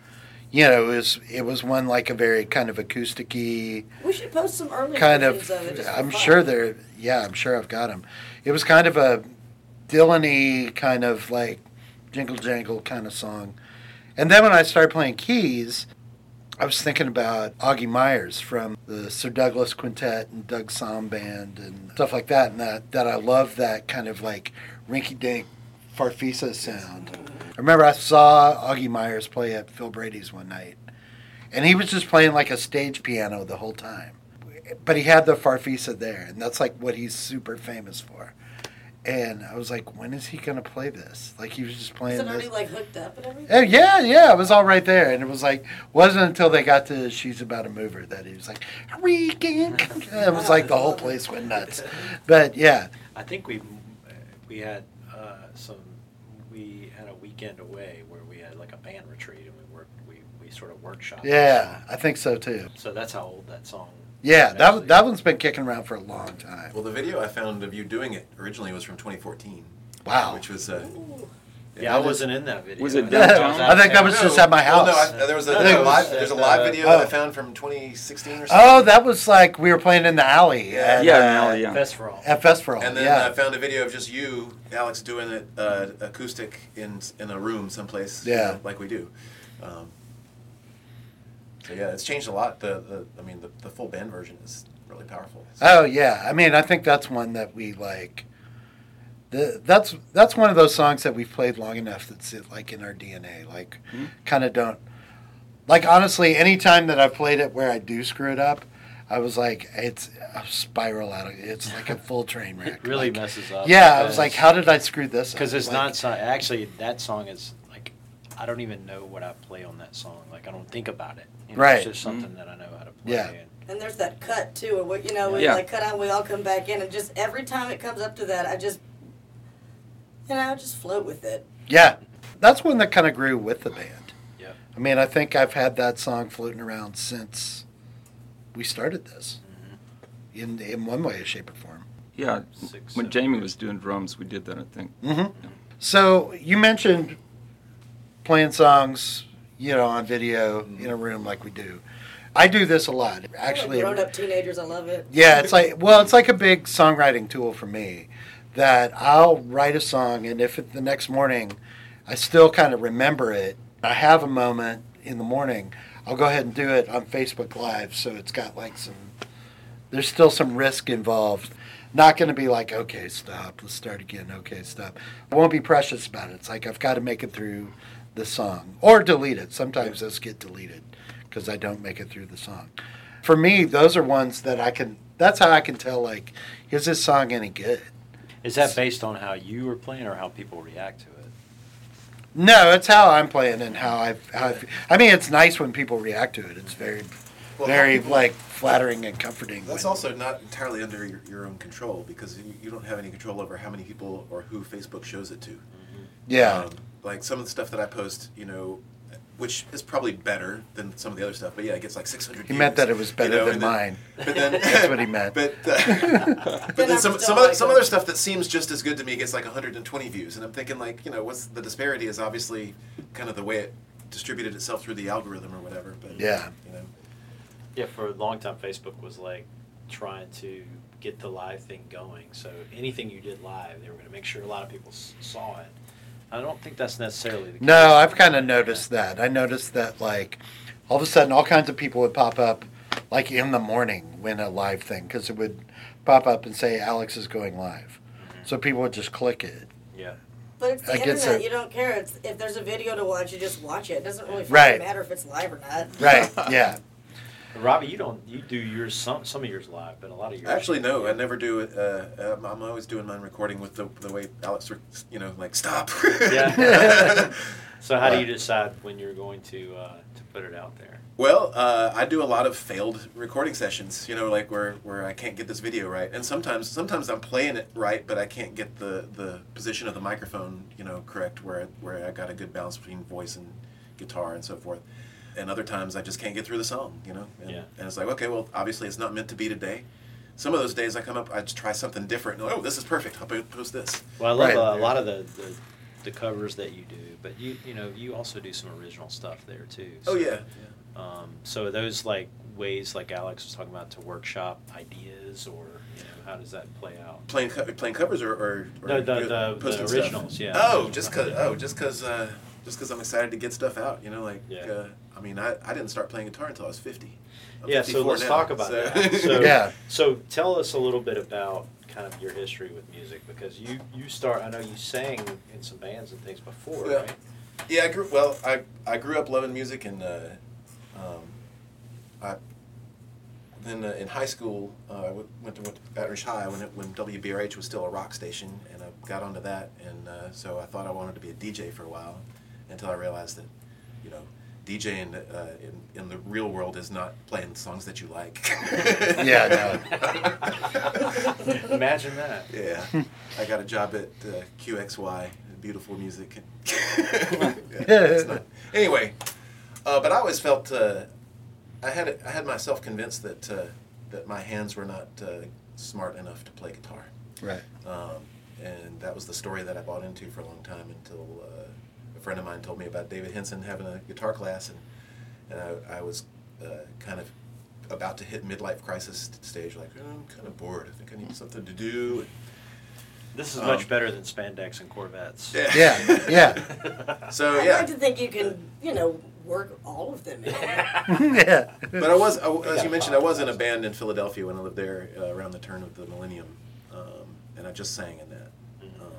H: you know, it was it was one like a very kind of acousticy
F: we should post some early
H: kind
F: versions
H: of.
F: of it. just for
H: I'm
F: fun.
H: sure they're yeah, I'm sure I've got them. It was kind of a Dylan-y kind of like jingle jangle kind of song. And then when I started playing keys, I was thinking about Augie Myers from the Sir Douglas Quintet and Doug Somm Band and stuff like that. And that, that I love that kind of like rinky dink Farfisa sound. I remember I saw Augie Myers play at Phil Brady's one night, and he was just playing like a stage piano the whole time. but he had the farfisa there, and that's like what he's super famous for. And I was like, when is he gonna play this? Like he was just playing
F: Is it
H: this.
F: already like hooked up and everything?
H: Eh, yeah, yeah, it was all right there, and it was like wasn't until they got to "She's About a Mover" that he was like, "Reeking." It was like the whole place went nuts. But yeah,
B: I think we we had uh, some we had a weekend away where we had like a band retreat and we worked we, we sort of workshopped. the
H: yeah,
B: song.
H: I think so too.
B: So that's how old that song. is
H: Yeah, that
B: actually.
H: that one's been kicking around for a long time.
I: Well, the video I found of you doing it originally was from 2014.
H: Wow.
I: Which was uh,
B: Yeah, I wasn't in that video.
E: Was it
B: I
E: Downtown?
B: was at
H: [LAUGHS] I think that was
I: no,
H: just at my
I: well,
H: house.
I: no, I, there was a,
B: No,
I: there's
B: it
I: a
B: was uh,
I: live,
B: at
I: there's a
B: the-
I: live video that I
H: oh.
I: found from 2016 or something.
H: Oh, that was like we were playing in the alley. at,
E: Yeah,
H: uh,
E: an alley, yeah.
B: Fest for all.
H: At Festival.
I: And then
H: yeah.
I: I found a video of just you, Alex, doing it uh, acoustic in in a room someplace. you
H: Yeah.
I: know, like we do. Um, so yeah, it's changed a lot. The, the I mean, the, the full band version is really powerful.
H: Oh yeah, I mean, I think that's one that we like. The, that's that's one of those songs that we've played long enough that's it, like in our DNA. Like,
B: Hmm.
H: kind of don't. Like honestly, any time that I've played it where I do screw it up, I was like, it's a spiral out of it's like a full train wreck.
B: [LAUGHS] It really
H: Like,
B: messes up.
H: Yeah, I was
B: because-
H: like, how did I screw this? up?
B: because it's
H: Like,
B: not so, actually that song is like I don't even know what I play on that song. Like I don't think about it. You know,
H: Right.
B: It's just something that I know how to play.
H: Yeah.
B: and-
F: And there's that cut too, and we, you know, we
E: Yeah.
F: like cut out, we all come back in, and just every time it comes up to that, I just, you know, I just float with it.
H: Yeah, that's one that kind of grew with the band.
B: Yeah.
H: I mean, I think I've had that song floating around since we started this,
B: Mm-hmm.
H: in in one way, shape, or form.
E: Yeah,
B: Six,
E: when
B: seven
E: Jamie was doing drums, we did that, I think.
H: So you mentioned playing songs, you know, on video
B: Hmm.
H: in a room like we do. I do this a lot, actually.
F: grown up teenagers, I love it.
H: Yeah, it's like well, it's like a big songwriting tool for me. That I'll write a song, and if it, the next morning I still kind of remember it, I have a moment in the morning. I'll go ahead and do it on Facebook Live, so it's got like some. There's still some risk involved. Not going to be like, okay, stop, let's start again. Okay, stop. I won't be precious about it. It's like I've got to make it through the song or delete it. Sometimes those get deleted because I don't make it through the song for me, those are ones that I can. That's how I can tell. Like, is this song any good?
B: Is that based on how you were playing or how people react to it?
H: No, it's how I'm playing and how I. How I, feel. I mean, it's nice when people react to it. It's very,
I: Well,
H: very
I: people-
H: like flattering and comforting.
I: That's
H: when-
I: also not entirely under your, your own control because you, you don't have any control over how many people or who Facebook shows it to.
H: Yeah,
I: Um, like some of the stuff that I post, you know, which is probably better than some of the other stuff, but yeah, it gets like 600
H: he meant
I: views,
H: that it was
I: you
H: better
I: know,
H: than
I: and then-
H: mine.
I: But then,
H: [LAUGHS] That's what he meant.
I: [LAUGHS] But,
H: [LAUGHS]
I: uh, but
F: Then
I: then
F: I'm
I: some
F: still
I: some other,
F: like
I: some
F: that.
I: other stuff that seems just as good to me gets like 120 views, and I'm thinking like you know what's the disparity is obviously kind of the way it distributed itself through the algorithm or whatever. But
H: Yeah.
I: you know,
B: Yeah, for a long time, Facebook was like trying to get the live thing going. So anything you did live, they were going to make sure a lot of people s- saw it. I don't think that's necessarily the case.
H: No, I've kind of noticed that. I noticed that like all of a sudden all kinds of people would pop up like in the morning when a live thing because it would pop up and say Alex is going live, so people would just click it.
B: Yeah.
F: But it's the
H: I
F: internet.
H: guess so.
F: You don't care. It's, if there's a video to watch, you just watch it. It doesn't really fucking
H: Right.
F: matter if it's live or not.
H: Right? Yeah.
B: But Robbie, you don't you do yours some some of yours live, but a lot of yours
I: actually no, I never do it. Uh, I'm, I'm always doing mine recording with the the way Alex, re- you know, like stop. [LAUGHS]
B: Yeah. So how do you decide when you're going to uh, to put it out there?
I: Well, uh, I do a lot of failed recording sessions, you know, like where, where I can't get this video right, and sometimes sometimes I'm playing it right, but I can't get the, the position of the microphone, you know, correct where where I got a good balance between voice and guitar and so forth. And other times I just can't get through the song, you know. And,
B: Yeah.
I: and it's like, okay, well, obviously it's not meant to be today. Some of those days I come up, I just try something different. And, oh, this is perfect. I'll post this.
B: Well, I love
H: Right.
B: uh, a lot of the, the the covers that you do, but you you know you also do some original stuff there too. So,
I: Oh yeah.
B: Um, so are those like ways, like Alex was talking about, to workshop ideas, or you know, how does that play out?
I: Playing co- playing covers or, or, or
B: No, the- the-
I: posting
B: the
I: stuff?
B: originals, yeah.
I: Oh, just cause oh just cause uh, just cause I'm excited to get stuff out. You know, like
B: Yeah.
I: uh, I mean, I, I didn't start playing guitar until I was fifty. I'm
B: Yeah, so
I: 54
B: let's
I: now,
B: talk about
I: so- [LAUGHS]
B: that. So,
H: Yeah.
B: so tell us a little bit about kind of your history with music because you you start. I know you sang in some bands and things before,
I: Yeah.
B: right?
I: yeah, I grew well. I I grew up loving music and uh, um, I then uh, in high school, uh, I went went to, went to Baton Rouge High when, it, when WBRH was still a rock station, and I got onto that, and uh, so I thought I wanted to be a DJ for a while, until I realized that, you know, DJing uh, in, in the real world is not playing songs that you like. [LAUGHS]
H: Yeah,
B: Imagine that.
I: Yeah, I got a job at uh, QXY, beautiful music. [LAUGHS] Yeah, it's not- Anyway, uh, but I always felt uh, I had I had myself convinced that uh, that my hands were not uh, smart enough to play guitar,
H: Right.
I: um, and that was the story that I bought into for a long time until uh, a friend of mine told me about David Henson having a guitar class, and and I, I was uh, kind of about to hit midlife crisis st- stage, like "Oh, I'm kind of bored. I think I need something to do.
B: This is
I: Um,
B: much better than spandex and Corvettes.
H: Yeah, yeah,
I: So
F: I'd
I: yeah,
F: like to think you can, you know, work all of
H: [LAUGHS]
F: them in.
H: yeah.
I: but I was, I, as
B: gotta
I: you mentioned, I was in a
B: apologize.
I: band in Philadelphia when I lived there uh, around the turn of the millennium, um, and I just sang in that
B: Mm-hmm.
I: um,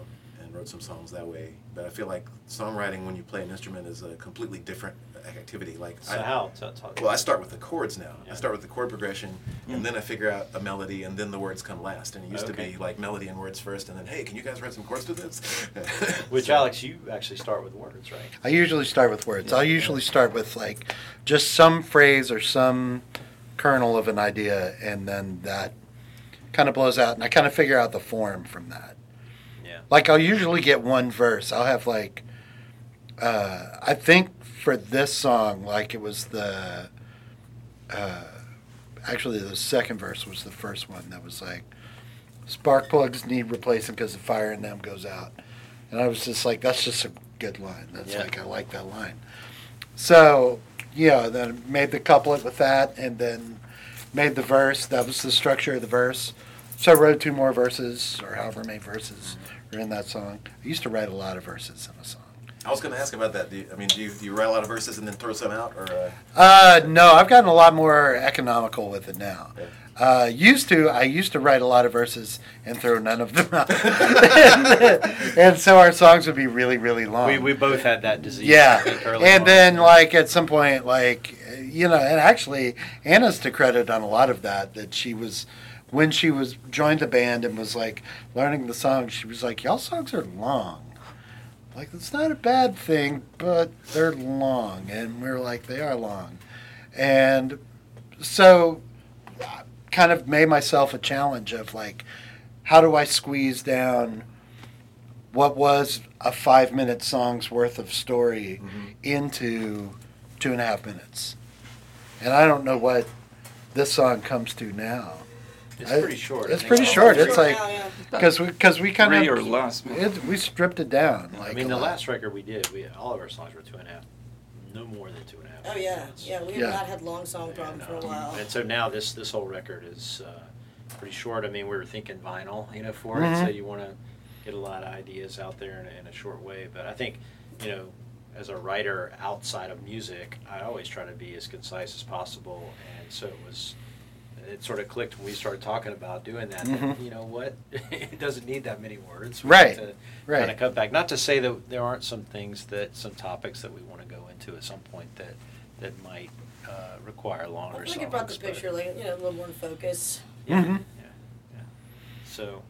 I: and wrote some songs that way. But I feel like songwriting when you play an instrument is a completely different activity. Like
B: So
I: I,
B: how? So talk.
I: Well, I start with the chords now.
B: Yeah.
I: I start with the chord progression, and then I figure out a melody, and then the words come last. And it used
B: Okay.
I: to be like melody and words first, and then hey, can you guys write some chords to this? [LAUGHS]
B: Which Alex, you actually start with words, right?
H: I usually start with words. I'll usually start with like just some phrase or some kernel of an idea, and then that kind of blows out, and I kind of figure out the form from that.
B: Yeah.
H: Like I'll usually get one verse. I'll have like, uh, I think for this song, like it was the, uh, actually the second verse was the first one that was like, spark plugs need replacing because the fire in them goes out, and I was just like, that's just a good line. That's
B: Yeah.
H: like I like that line. So yeah, then made the couplet with that, and then made the verse. That was the structure of the verse. So I wrote two more verses, or however many verses are in that song. I used to write a lot of verses in a song.
I: I was going to ask about that. Do you, I mean, do you, do you write a lot of verses and then throw some out, or uh,
H: Uh, no, I've gotten a lot more economical with it now. Uh, used to, I used to write a lot of verses and throw none of them out, [LAUGHS] and, so our songs would be really, really long.
B: We, we both had that disease. I
H: Yeah,
B: think, early
H: and
B: on.
H: then like at some point, like you know, and actually Anna's to credit on a lot of that. That she was when she was joined the band and was like learning the songs. She was like, "Y'all songs are long." Like it's not a bad thing, but they're long, and we are like, "They are long," and so I kind of made myself a challenge of like, how do I squeeze down what was a five minute song's worth of story
B: Mm-hmm.
H: into two and a half minutes. And I don't know what this song comes to now.
B: it's
H: I-
B: pretty short. I
H: It's
B: think.
H: pretty short. It's
F: Sure, Oh,
H: like
F: yeah, yeah.
H: because we because we kind
E: Three or
H: of
E: less. man.
H: it, we stripped it down. Like
B: I mean,
H: a
B: the
H: lot.
B: last record we did, we all of our songs were two and a half, no more than two and a half.
F: Oh yeah,
B: minutes.
F: yeah. We have
H: Yeah.
F: not had long song problem for a while.
B: And so now this this whole record is uh, pretty short. I mean, we were thinking vinyl, you know, for it. So
H: Mhm.
B: you want to get a lot of ideas out there in, a- in a short way. But I think, you know, as a writer outside of music, I always try to be as concise as possible. And so it was. It sort of clicked when we started talking about doing that. that,
H: Mhm.
B: you know what? [LAUGHS] it doesn't need that many words.
H: Right, right.
B: Kind of cut back. Not to say that there aren't some things that some topics that we want to go into at some point that that might uh, require longer
F: I
B: longer
F: think it
B: songs,
F: brought the
B: but-
F: picture, like you know, a little more in focus.
B: Yeah,
H: Mhm.
B: yeah, yeah. So,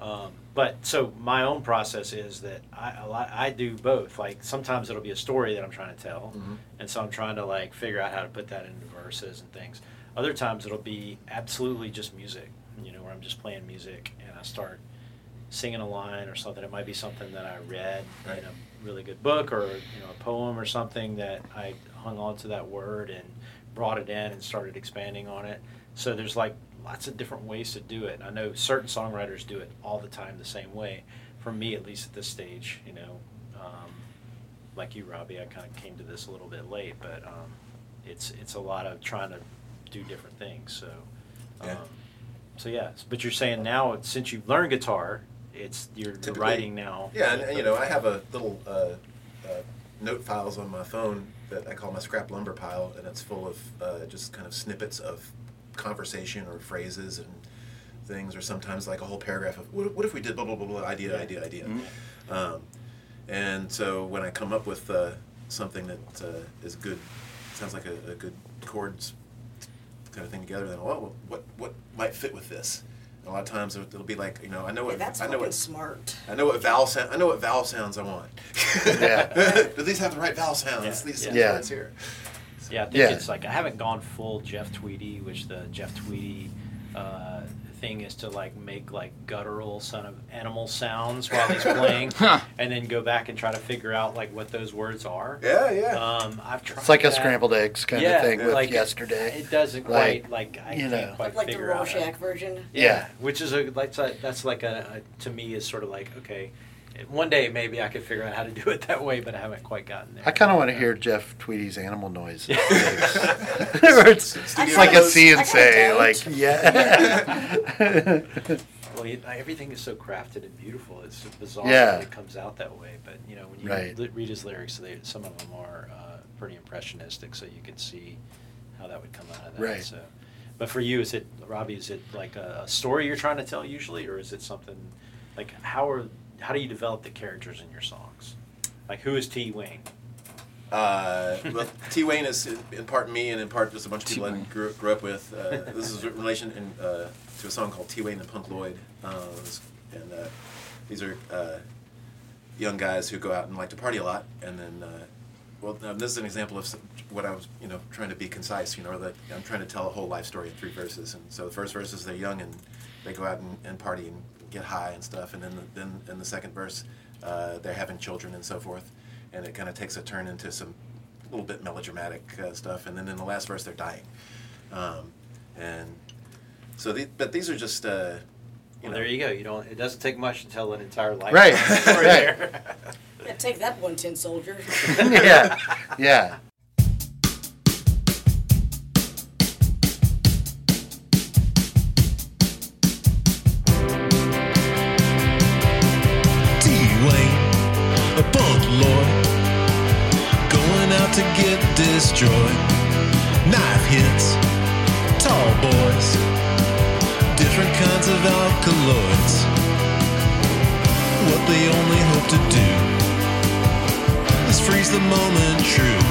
B: um, but so my own process is that I a lot, I do both. Like sometimes it'll be a story that I'm trying to tell, and so I'm trying to like figure out how to put that into verses and things. Other times it'll be absolutely just music, you know, where I'm just playing music and I start singing a line or something. It might be something that I read in a really good book or you know a poem or something that I hung on to that word and brought it in and started expanding on it. So there's like lots of different ways to do it. And I know certain songwriters do it all the time the same way. For me, at least at this stage, you know, um, like you, Robbie, I kind of came to this a little bit late, but um, it's it's a lot of trying to do different things. So. Um,
I: Yeah.
B: so yeah, s- but you're saying now since you've learned guitar, it's you're
I: Typically-
B: writing now.
I: yeah? And, and, you know, I have a little uh, uh, note files on my phone that I call my scrap lumber pile, and it's full of uh, just kind of snippets of conversation or phrases and things, or sometimes like a whole paragraph of what, what if we did blah blah blah blah idea idea idea.
B: Mm-hmm.
I: Um, and so when I come up with uh, something that uh, is good, sounds like a, a good chords kind of thing together. Then, oh, well, what what might fit with this? And a lot of times it'll, it'll be like, you know, I know
F: Yeah,
I: what
F: that's
I: I know
F: fucking
I: what
F: smart.
I: I know what vowel sound. I know what vowel sounds I want.
B: [LAUGHS]
I: [LAUGHS]
H: Yeah.
I: Do these have the right vowel sounds?
B: Yeah.
I: These
H: Yeah.
I: sounds here.
B: Yeah, I think
H: Yeah.
B: it's like I haven't gone full Jeff Tweedy, which the Jeff Tweedy uh, thing is to like make like guttural son of animal sounds while
H: [LAUGHS]
B: he's playing, and then go back and try to figure out like what those words are.
I: Yeah, yeah.
B: Um, I've tried.
H: It's like a
B: that.
H: scrambled eggs kind
B: Yeah,
H: of thing with
B: like,
H: yesterday.
B: It doesn't
H: Like,
B: quite like, I
H: you
B: can't
H: know.
F: Like,
B: quite
F: like the
B: figure out.
F: Rorschach version.
B: Yeah.
H: Yeah.
B: which is a that's a, that's like a, a to me is sort of like okay, one day maybe I could figure out how to do it that way, but I haven't quite gotten there.
H: I kind of want to hear Jeff Tweedy's animal noise.
B: [LAUGHS] Yeah.
H: [LAUGHS] it's, it's like a see and say, like yeah.
B: Well, you, I- everything is so crafted and beautiful. It's bizarre
H: Yeah.
B: that it comes out that way. But you know, when you
H: Right.
B: li- read his lyrics, they, some of them are uh, pretty impressionistic, so you can see how that would come out of that.
H: Right.
B: So, but for you, is it Robbie? Is it like a, a story you're trying to tell usually, or is it something like how are how do you develop the characters in your songs? Like who is T Wayne?
I: Uh, well, T. Wayne is in, in part me and in part just a bunch of
E: T.
I: people I
E: Wayne.
I: grew, grew up with. Uh, this is in relation in, uh, to a song called T. Wayne and Punk Lloyd. Um, and uh, these are uh, young guys who go out and like to party a lot. And then, uh, well, um, this is an example of s- what I was, you know, trying to be concise. You know, like I'm trying to tell a whole life story in three verses. And so the first verse is they're young and they go out and, and party and get high and stuff. And then, the, then in the second verse, uh, they're having children and so forth. And it kind of takes a turn into some little bit melodramatic uh, stuff. And then in the last verse, they're dying. Um, and so, the, but these are just, uh,
B: Well,
I: you know,
B: there you go. You don't. It doesn't take much to tell an entire life.
H: Right.
B: story
H: [LAUGHS] Right.
B: there.
F: Yeah, take that one tin soldier.
H: yeah, [LAUGHS] yeah.
C: T Wayne, a punk lord, going out to get destroyed. Knife hits, tall boys, different kinds of alkaloids. What they only hope to do is freeze the moment true.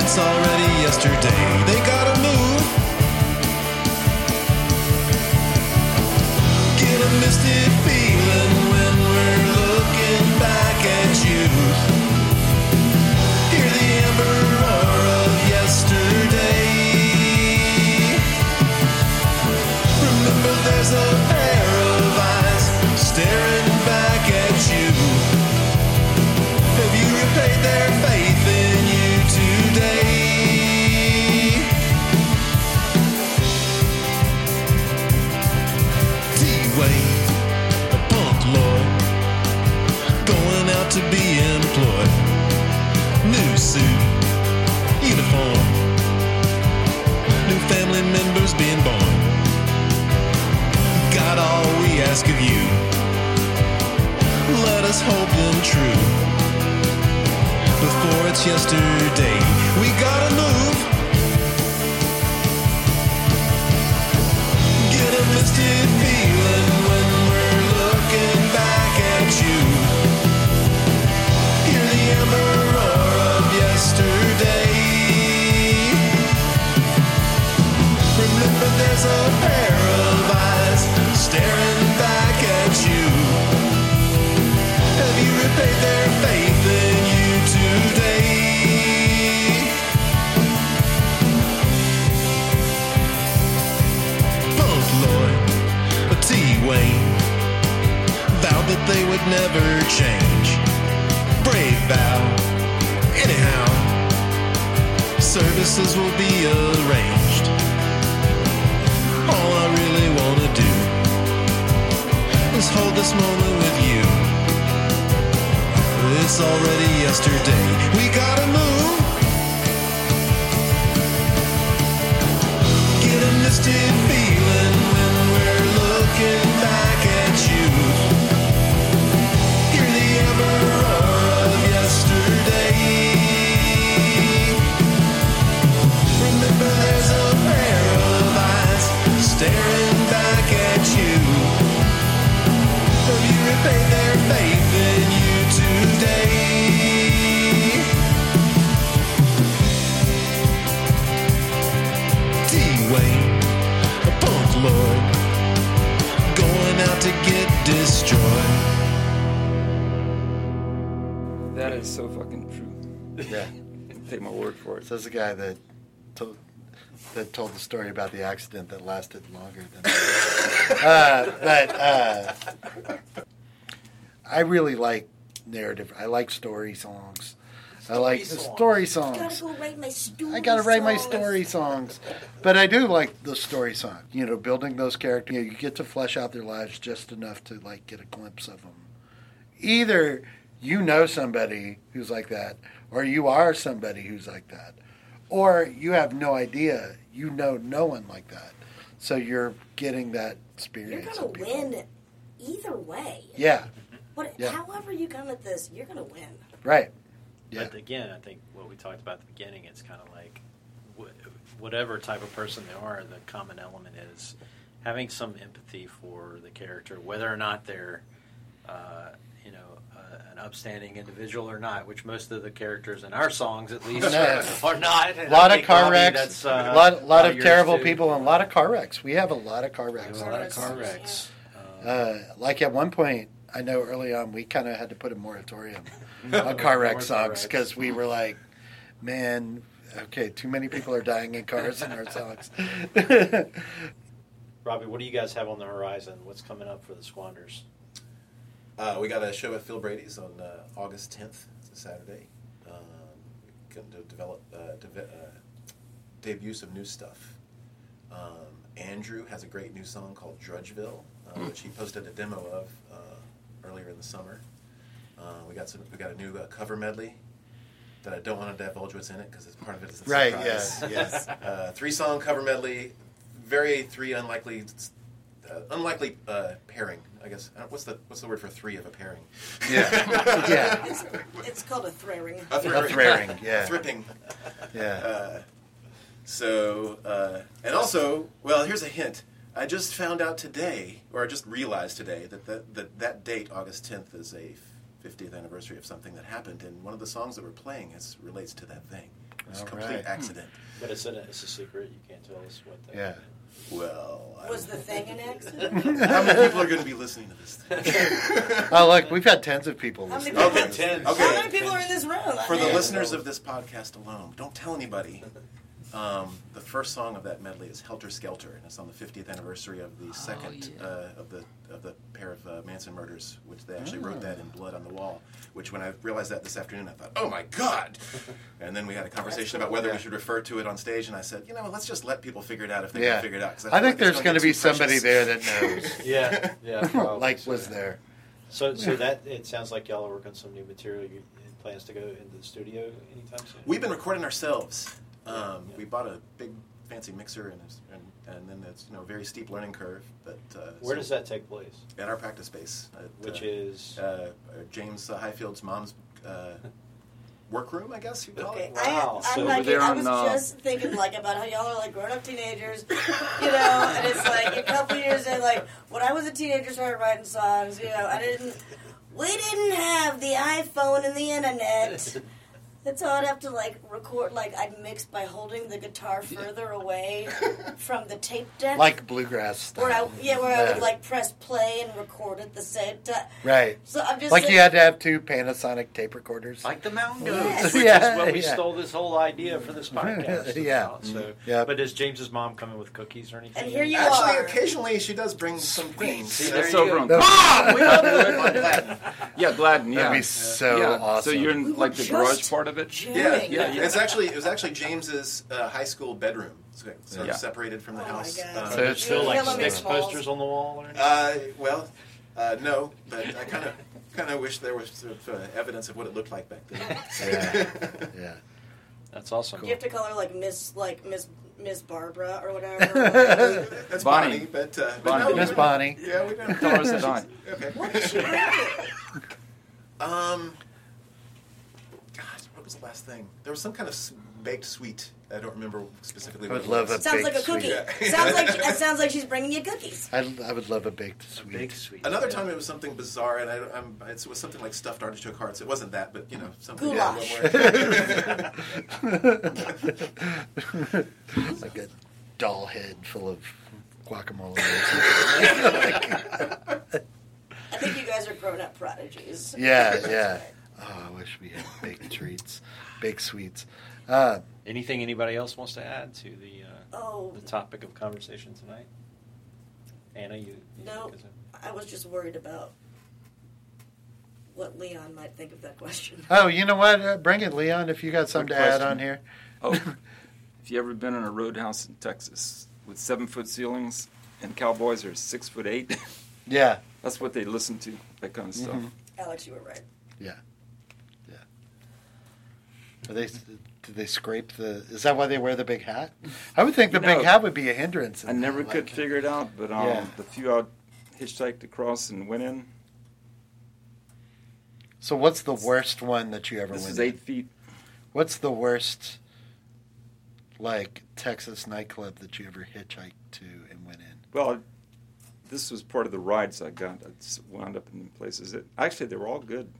C: It's already yesterday, they gotta move. Get a misty feeling when we're looking back at you. Hear the amber roar of yesterday. Remember, there's a pair of eyes staring back at you. Have you repaid their faith in you today? D-Wayne, a punk lord, going out to be employed. New suit, uniform, new family members being born. Got all we ask of you. Let us hope them true. Before it's yesterday, we gotta move. Get a misty feeling when we're looking back at you. Hear the amber roar of yesterday. Remember, there's a pair of eyes staring back at you. Have you repaid their faith in you today? Punk Lloyd, a T Wayne, vowed that they would never change. Brave vow, anyhow. Services will be arranged. All I really wanna do is hold this moment with you. It's already yesterday. We gotta move. Get a misty feeling when we're looking back at you. Hear the ever roar of yesterday. Remember, there's a pair of eyes staring back at you. Have you repaid their faith in you today?
E: so fucking true.
B: [LAUGHS]
H: Yeah.
E: Take my word for it.
H: So this is the guy that told that told the story about the accident that lasted longer than. uh, but uh, I really like narrative. I like story songs. I like
B: songs.
H: story songs.
F: Gotta go write my story.
H: I gotta write my
F: songs.
H: story songs, but I do like the story song. You know, building those characters, you, know, you get to flesh out their lives just enough to like get a glimpse of them. Either you know somebody who's like that, or you are somebody who's like that, or you have no idea. You know no one like that, so you're getting that
F: You're
H: experience.
F: gonna
H: of people.
F: win either way.
H: Yeah,
F: What,
H: Yeah.
F: However you come at this, you're gonna win.
H: right. Yeah.
B: But again, I think what we talked about at the beginning, it's kind of like wh- whatever type of person they are, the common element is having some empathy for the character, whether or not they're, uh, you know, uh, an upstanding individual or not, which most of the characters in our songs, at
H: [LAUGHS]
B: least,
H: No.
B: [LAUGHS] are, are not. And
H: A
B: I
H: lot of
B: think,
H: car
B: Bobby,
H: wrecks,
B: that's,
H: a
B: uh,
H: lot, lot
B: of
H: of
B: yours
H: terrible
B: too.
H: people, and a lot of car wrecks. We have a lot of car
B: We have
H: wrecks.
B: A lot of car wrecks.
H: Uh, like at one point, I know early on we kind of had to put
B: [LAUGHS]
H: a moratorium on car wreck
B: Moratorium.
H: songs because we were like, man, okay, too many people are dying in cars in our songs. [LAUGHS]
B: Robbie, what do you guys have on the horizon? What's coming up for the Squanders?
I: Uh, we got a show at Phil Brady's on uh, August 10th, it's a Saturday. Um, we're going to develop uh, deve- uh, debut some new stuff. Um, Andrew has a great new song called Drudgeville, uh, which he posted a demo of uh, earlier in the summer. Uh, we got some. We got a new uh, cover medley that I don't want to divulge what's in it because it's part of it is a
H: right,
I: surprise
H: yes, yes.
I: uh, three song cover medley, very three unlikely, uh, unlikely uh, pairing. I guess Uh, what's the what's the word for three of a pairing?
H: Yeah. Yeah.
F: [LAUGHS] It's, it's called a throwing.
I: A three-
H: A threaring, yeah.
I: thripping.
H: Yeah.
I: Uh, so uh, and also, well, here's a hint. I just found out today, or I just realized today, that that, that, that date, August 10th, is a 50th anniversary of something that happened, and one of the songs that we're playing is, relates to that thing. It's a
H: All
I: complete
H: right.
I: accident.
B: But it's a, it's a secret. You can't tell us what that
H: Yeah. Hmm.
I: Well, I
F: Was
I: don't-
F: the thing an
I: [LAUGHS]
F: accident?
I: How many people are going to be listening to this?
H: Oh, look, we've had tens of people
F: How many
H: listening.
F: people,
I: Okay,
B: ten.
F: How
I: Okay,
F: many people are in this room? I
I: for the
F: mean,
I: listeners of this podcast alone, don't
H: [LAUGHS]
I: tell anybody. Um, the first song of that medley is "Helter Skelter," and it's on the 50th anniversary of
H: Oh,
I: the second uh, of the of the pair of uh, Manson murders, which they actually
H: Mm.
I: wrote that in blood on the wall. Which, when I realized that this afternoon, I thought, "Oh my
H: [LAUGHS]
I: god!" And then we had a conversation about whether we should refer to it on stage, and I said, "You know, what, let's just let people figure it out if they
H: Yeah.
I: can figure it out." 'cause
H: I
I: feel
H: think
I: like it's
H: there's going to
I: get
H: be
I: too
H: somebody
I: precious.
H: there
I: [LAUGHS]
H: that knows.
B: Yeah, yeah. probably.
H: [LAUGHS] like,
B: So-
H: was there.
B: So, so that it sounds like y'all are working on some new material. You it plans to go into the studio anytime soon.
I: We've been recording ourselves. Um,
B: Yeah.
I: We bought a big fancy mixer, and it's, and, and then it's you know a very steep learning curve. But uh,
B: Where
I: so-
B: does that take place?
I: at our practice space, at,
B: Which
I: uh,
B: is
I: uh, uh, James uh, Highfield's mom's uh, workroom, I guess you call
F: Okay,
I: it.
B: Wow.
F: I,
B: So
F: I'm like,
E: they're
F: I was
E: on, uh,
F: just thinking like about how y'all are like grown up teenagers, you know, and it's like a couple years in, like when I was a teenager, started writing songs, you know, I didn't, we didn't have the iPhone and the internet. And so I'd have to like record, like I'd mix by holding the guitar further away from the tape deck.
H: Like bluegrass stuff.
F: where I, yeah, where I
H: Yeah.
F: would like press play and record at the same time.
H: Right.
F: So I'm just
H: Like
F: saying-
H: you had to have two Panasonic tape recorders.
I: [LAUGHS] Like the mountain
F: Yes.
B: which
H: [LAUGHS] yeah,
B: is what we
H: yeah.
B: stole this whole idea for
H: [LAUGHS]
B: this podcast.
H: Yeah. Mm-hmm.
B: about, So,
H: Yeah.
B: But does James's mom come in with cookies or anything?
F: And here you
I: Actually,
F: are.
I: occasionally she does bring some things. you know.
E: That's over on.
H: That-
I: On Gladden.
E: [LAUGHS] Yeah, Gladden. Yeah.
H: That'd be so
E: yeah.
H: awesome.
E: So you're in like the
F: just
E: garage part of it.
I: Yeah,
F: jamming.
I: yeah, yeah. It's actually it was actually James's uh, high school bedroom, so sort
E: Yeah.
I: of separated from the
F: Oh my
I: house.
F: God.
I: Um,
H: So
B: There's still like
F: Killing me
B: sticks
F: balls.
B: posters on the wall or anything.
I: Uh, well, uh, no, but I kind of kind of wish there was sort of, uh, evidence of what it looked like back then.
H: yeah. yeah.
B: That's awesome.
F: You have to call her like Miss, like Miss Miss Barbara or whatever.
I: [LAUGHS] That's
E: Bonnie.
I: Bonnie, but, uh, but
E: Bonnie.
I: no, we
H: Miss
I: don't-
H: Bonnie.
I: Yeah, we don't.
E: Tell her it's [LAUGHS] done.
I: Okay.
F: what did she bring you?
I: Um, God, what was the last thing? There was some kind of s- baked sweet. I don't remember specifically.
H: I
I: what
H: would
I: it
H: love
I: was.
H: a-
F: Sounds
H: Baked
F: like a cookie.
I: sweet.
F: sounds like it sounds like she's bringing you cookies.
H: I, I would love a baked sweet.
B: Big sweet.
I: Another
B: Yeah.
I: time it was something bizarre, and I, don't- I'm, it was something like stuffed artichoke hearts. It wasn't that, but you know, something.
F: Goulash.
I: Yeah,
H: [LAUGHS] like a doll head full of guacamole. [LAUGHS] or something.
F: I think you guys are grown up prodigies.
H: yeah, yeah. Oh, I wish we had baked treats, baked sweets. Uh,
B: Anything anybody else wants to add to the uh,
F: [LAUGHS] Oh,
B: the topic of conversation tonight? Anna, you. you
F: No. I was just worried about what Leon might think of that question.
H: oh, you know what? Uh, bring it, Leon, if you got something
E: Good
H: to add
E: question.
H: on here.
E: Oh, have you ever been in a roadhouse in Texas with seven foot ceilings and cowboys are six foot eight? [LAUGHS]
H: Yeah,
E: That's what they listen to, that kind of stuff.
H: Mm-hmm.
F: Alex, you were right.
H: Are they? Did they scrape the? Is that why they wear the big hat? I would think the
E: You know,
H: big hat would be a hindrance. in
E: I
H: that,
E: never could
H: like-
E: figure it out, but um,
H: Yeah.
E: the few I hitchhiked across and went in,
H: So, what's the worst one that you ever
E: this
H: went?
E: is
H: in?
E: eight feet.
H: What's the worst, like Texas nightclub that you ever hitchhiked to and went in?
E: Well, this was part of the rides I got. I just wound up in places that actually they were all good.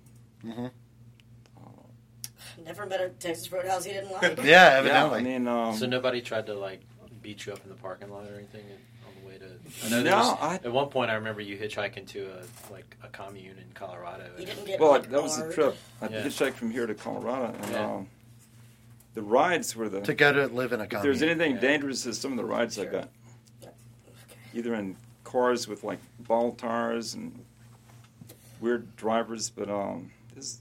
F: Never met a Texas Roadhouse he didn't like.
H: Yeah,
E: yeah, I
H: evidently.
E: mean, um,
B: So nobody tried to like beat you up in the parking lot or anything on the way to. I know
E: No,
B: there was,
E: I-
B: at one point I remember you hitchhiking to a like a commune in Colorado.
F: You
B: and-
F: didn't get
E: Well,
F: like,
E: that was the
F: barred.
E: trip. I
B: Yeah.
E: hitchhiked from here to Colorado, and
B: Yeah.
E: um, the rides were the.
H: to go to live in a
E: if
H: commune.
E: there's anything
B: Yeah.
E: dangerous, is some of the rides I
F: Sure.
E: got,
F: Okay.
E: either in cars with like ball tires and weird drivers, but um, this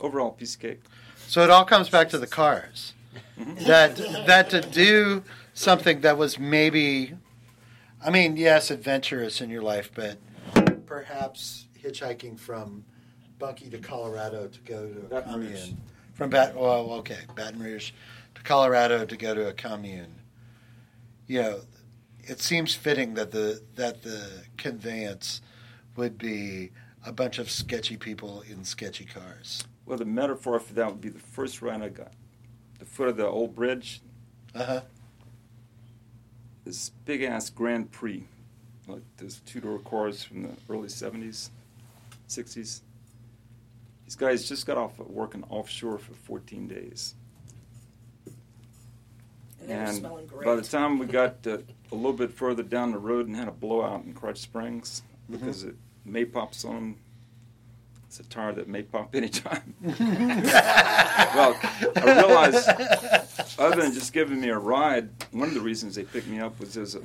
E: overall piece of cake.
H: So it all comes back to the cars.
E: Mm-hmm.
H: that that to do something that was maybe, I mean, yes, adventurous in your life, but perhaps hitchhiking from Bunkie to Colorado to go to a
E: Baton
H: commune.
E: Rouge.
H: From Bat, well, okay, Baton Rouge to Colorado to go to a commune. You know, it seems fitting that the that the conveyance would be a bunch of sketchy people in sketchy cars.
E: Well, the metaphor for that would be the first ride I got. The foot of the old bridge,
H: Uh huh.
E: this big ass Grand Prix, like those two door cars from the early 70s, 60s. These guys just got off of working offshore for 14 days.
F: And they were
E: And
F: smelling great.
E: by the
F: [LAUGHS]
E: time we got to, a little bit further down the road and had a blowout in Crutch Springs because it may pops on 'em. It's a tire that may pop anytime. well, I realized other than just giving me a ride, one of the reasons they picked me up was there's a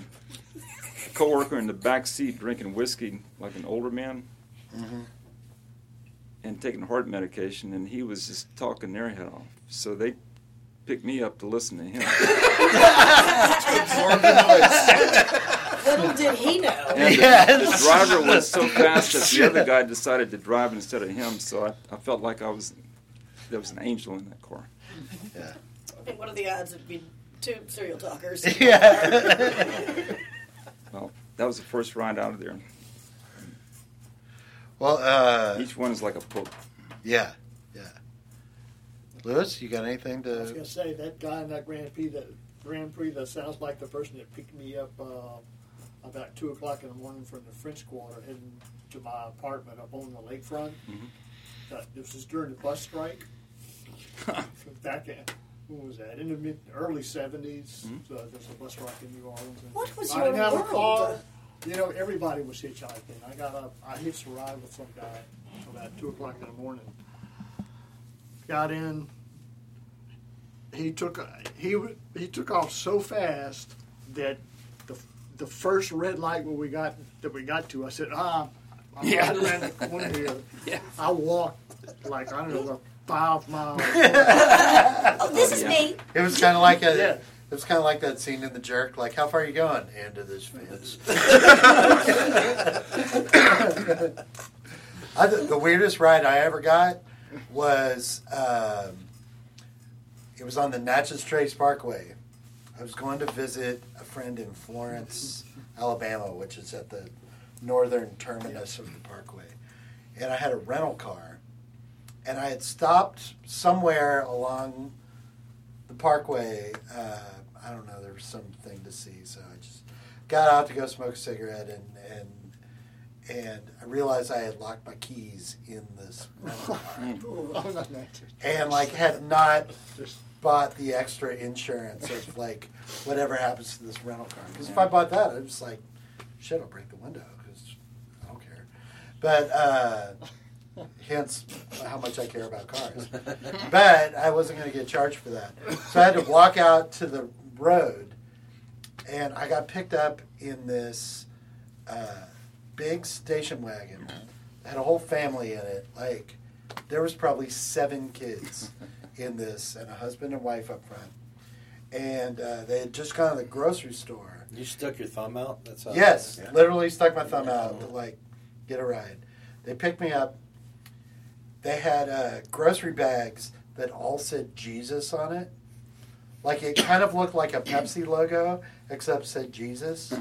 E: coworker in the back seat drinking whiskey like an older man
H: Mm-hmm.
E: and taking heart medication, and he was just talking their head off. So they picked me up to listen to
H: [LAUGHS]
E: him.
F: Little did he know.
E: And the, the
H: Yes.
E: driver was so fast that the
H: [LAUGHS]
E: other guy decided to drive instead of him, so I, I felt like I was there was an angel in that car.
F: I mean, what are the odds it'd be two serial talkers?
H: [LAUGHS] Yeah. [LAUGHS]
E: Well, that was the first ride out of there.
H: [LAUGHS] well, uh,
E: Each one is like a book.
H: yeah, yeah. Lewis, you got anything
G: I was
H: to?
G: gonna say that guy in that Grand Prix that Grand Prix that sounds like the person that picked me up uh, about two o'clock in the morning from the French Quarter heading to my apartment up on the lakefront. That this was during the bus strike. Back at what was that? In the mid early 70s So there was a bus strike in New Orleans. and
F: What was
G: I
F: your
G: didn't have
F: world?
G: a car. You know, everybody was hitchhiking. I got up. I hitched a ride with some guy about two o'clock in the morning. Got in he took uh, he w- he took off so fast that the the first red light when we got that we got to, I said, ah, I'm
E: Yeah.
G: right around the corner
F: [LAUGHS]
G: here. I walked like I don't know five
F: [LAUGHS]
G: miles.
F: Oh, this is me.
H: It was kind of like a.
G: Yeah.
H: It was kind of like that scene in The Jerk. Like, how far are you going? And to this fence. I th- the weirdest ride I ever got was um, it was on the Natchez Trace Parkway. I was going to visit a friend in Florence, Alabama, which is at the northern terminus of the parkway. And I had a rental car. And I had stopped somewhere along the parkway. Uh, I don't know, there was something to see. So I just got out to go smoke a cigarette and. and and I realized I had locked my keys in this rental car, and like had not
G: Just-
H: bought the extra insurance of like whatever happens to this rental car. Because if I bought that, I'm just like, shit, I'll break the window because I don't care. But uh, hence how much I care about cars. but I wasn't going to get charged for that. So I had to walk out to the road, and I got picked up in this uh, big station wagon. Had a whole family in it. Like, there was probably seven kids in this, and a husband and wife up front. And uh, they had just gone to the grocery store.
J: You stuck your thumb out? That's how
H: Yes,
I: yeah.
H: literally stuck my thumb out to like get a ride. They picked me up. They had uh, grocery bags that all said Jesus on it. Like it kind of looked like a Pepsi logo, except said Jesus.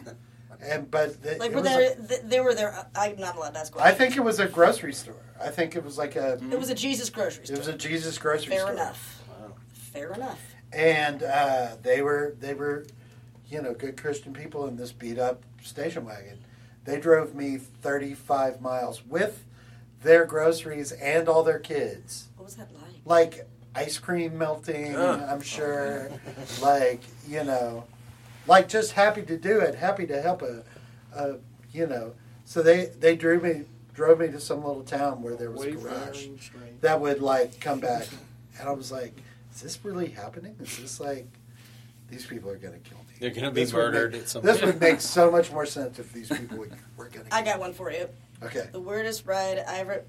H: And but the,
F: Like,
H: it
F: were
H: was a-
F: there, th- they were there. I'm not allowed to ask
H: I
F: questions.
H: think it was a grocery store. I think it was like a
F: it was a Jesus grocery store.
H: it was a Jesus grocery
F: Fair
H: store.
F: enough. Fair enough.
H: and uh, they were they were you know good christian people in this beat up station wagon they drove me 35 miles with their groceries and all their kids
F: What was that like?
H: like ice cream melting
I: Ugh.
H: i'm sure like you know like just happy to do it happy to help a, a you know so they they drew me drove me to some little town where there was a garage
G: Wayfaring Strange.
H: that would like come back, and I was like, "Is this really happening? Is this like these people are gonna kill me?
J: They're gonna be
H: This would
J: murdered
H: make-
J: at some
H: This
J: point."
H: would make so much more sense if these people would, were gonna.
F: I got one for you.
H: Okay,
F: The weirdest ride I ever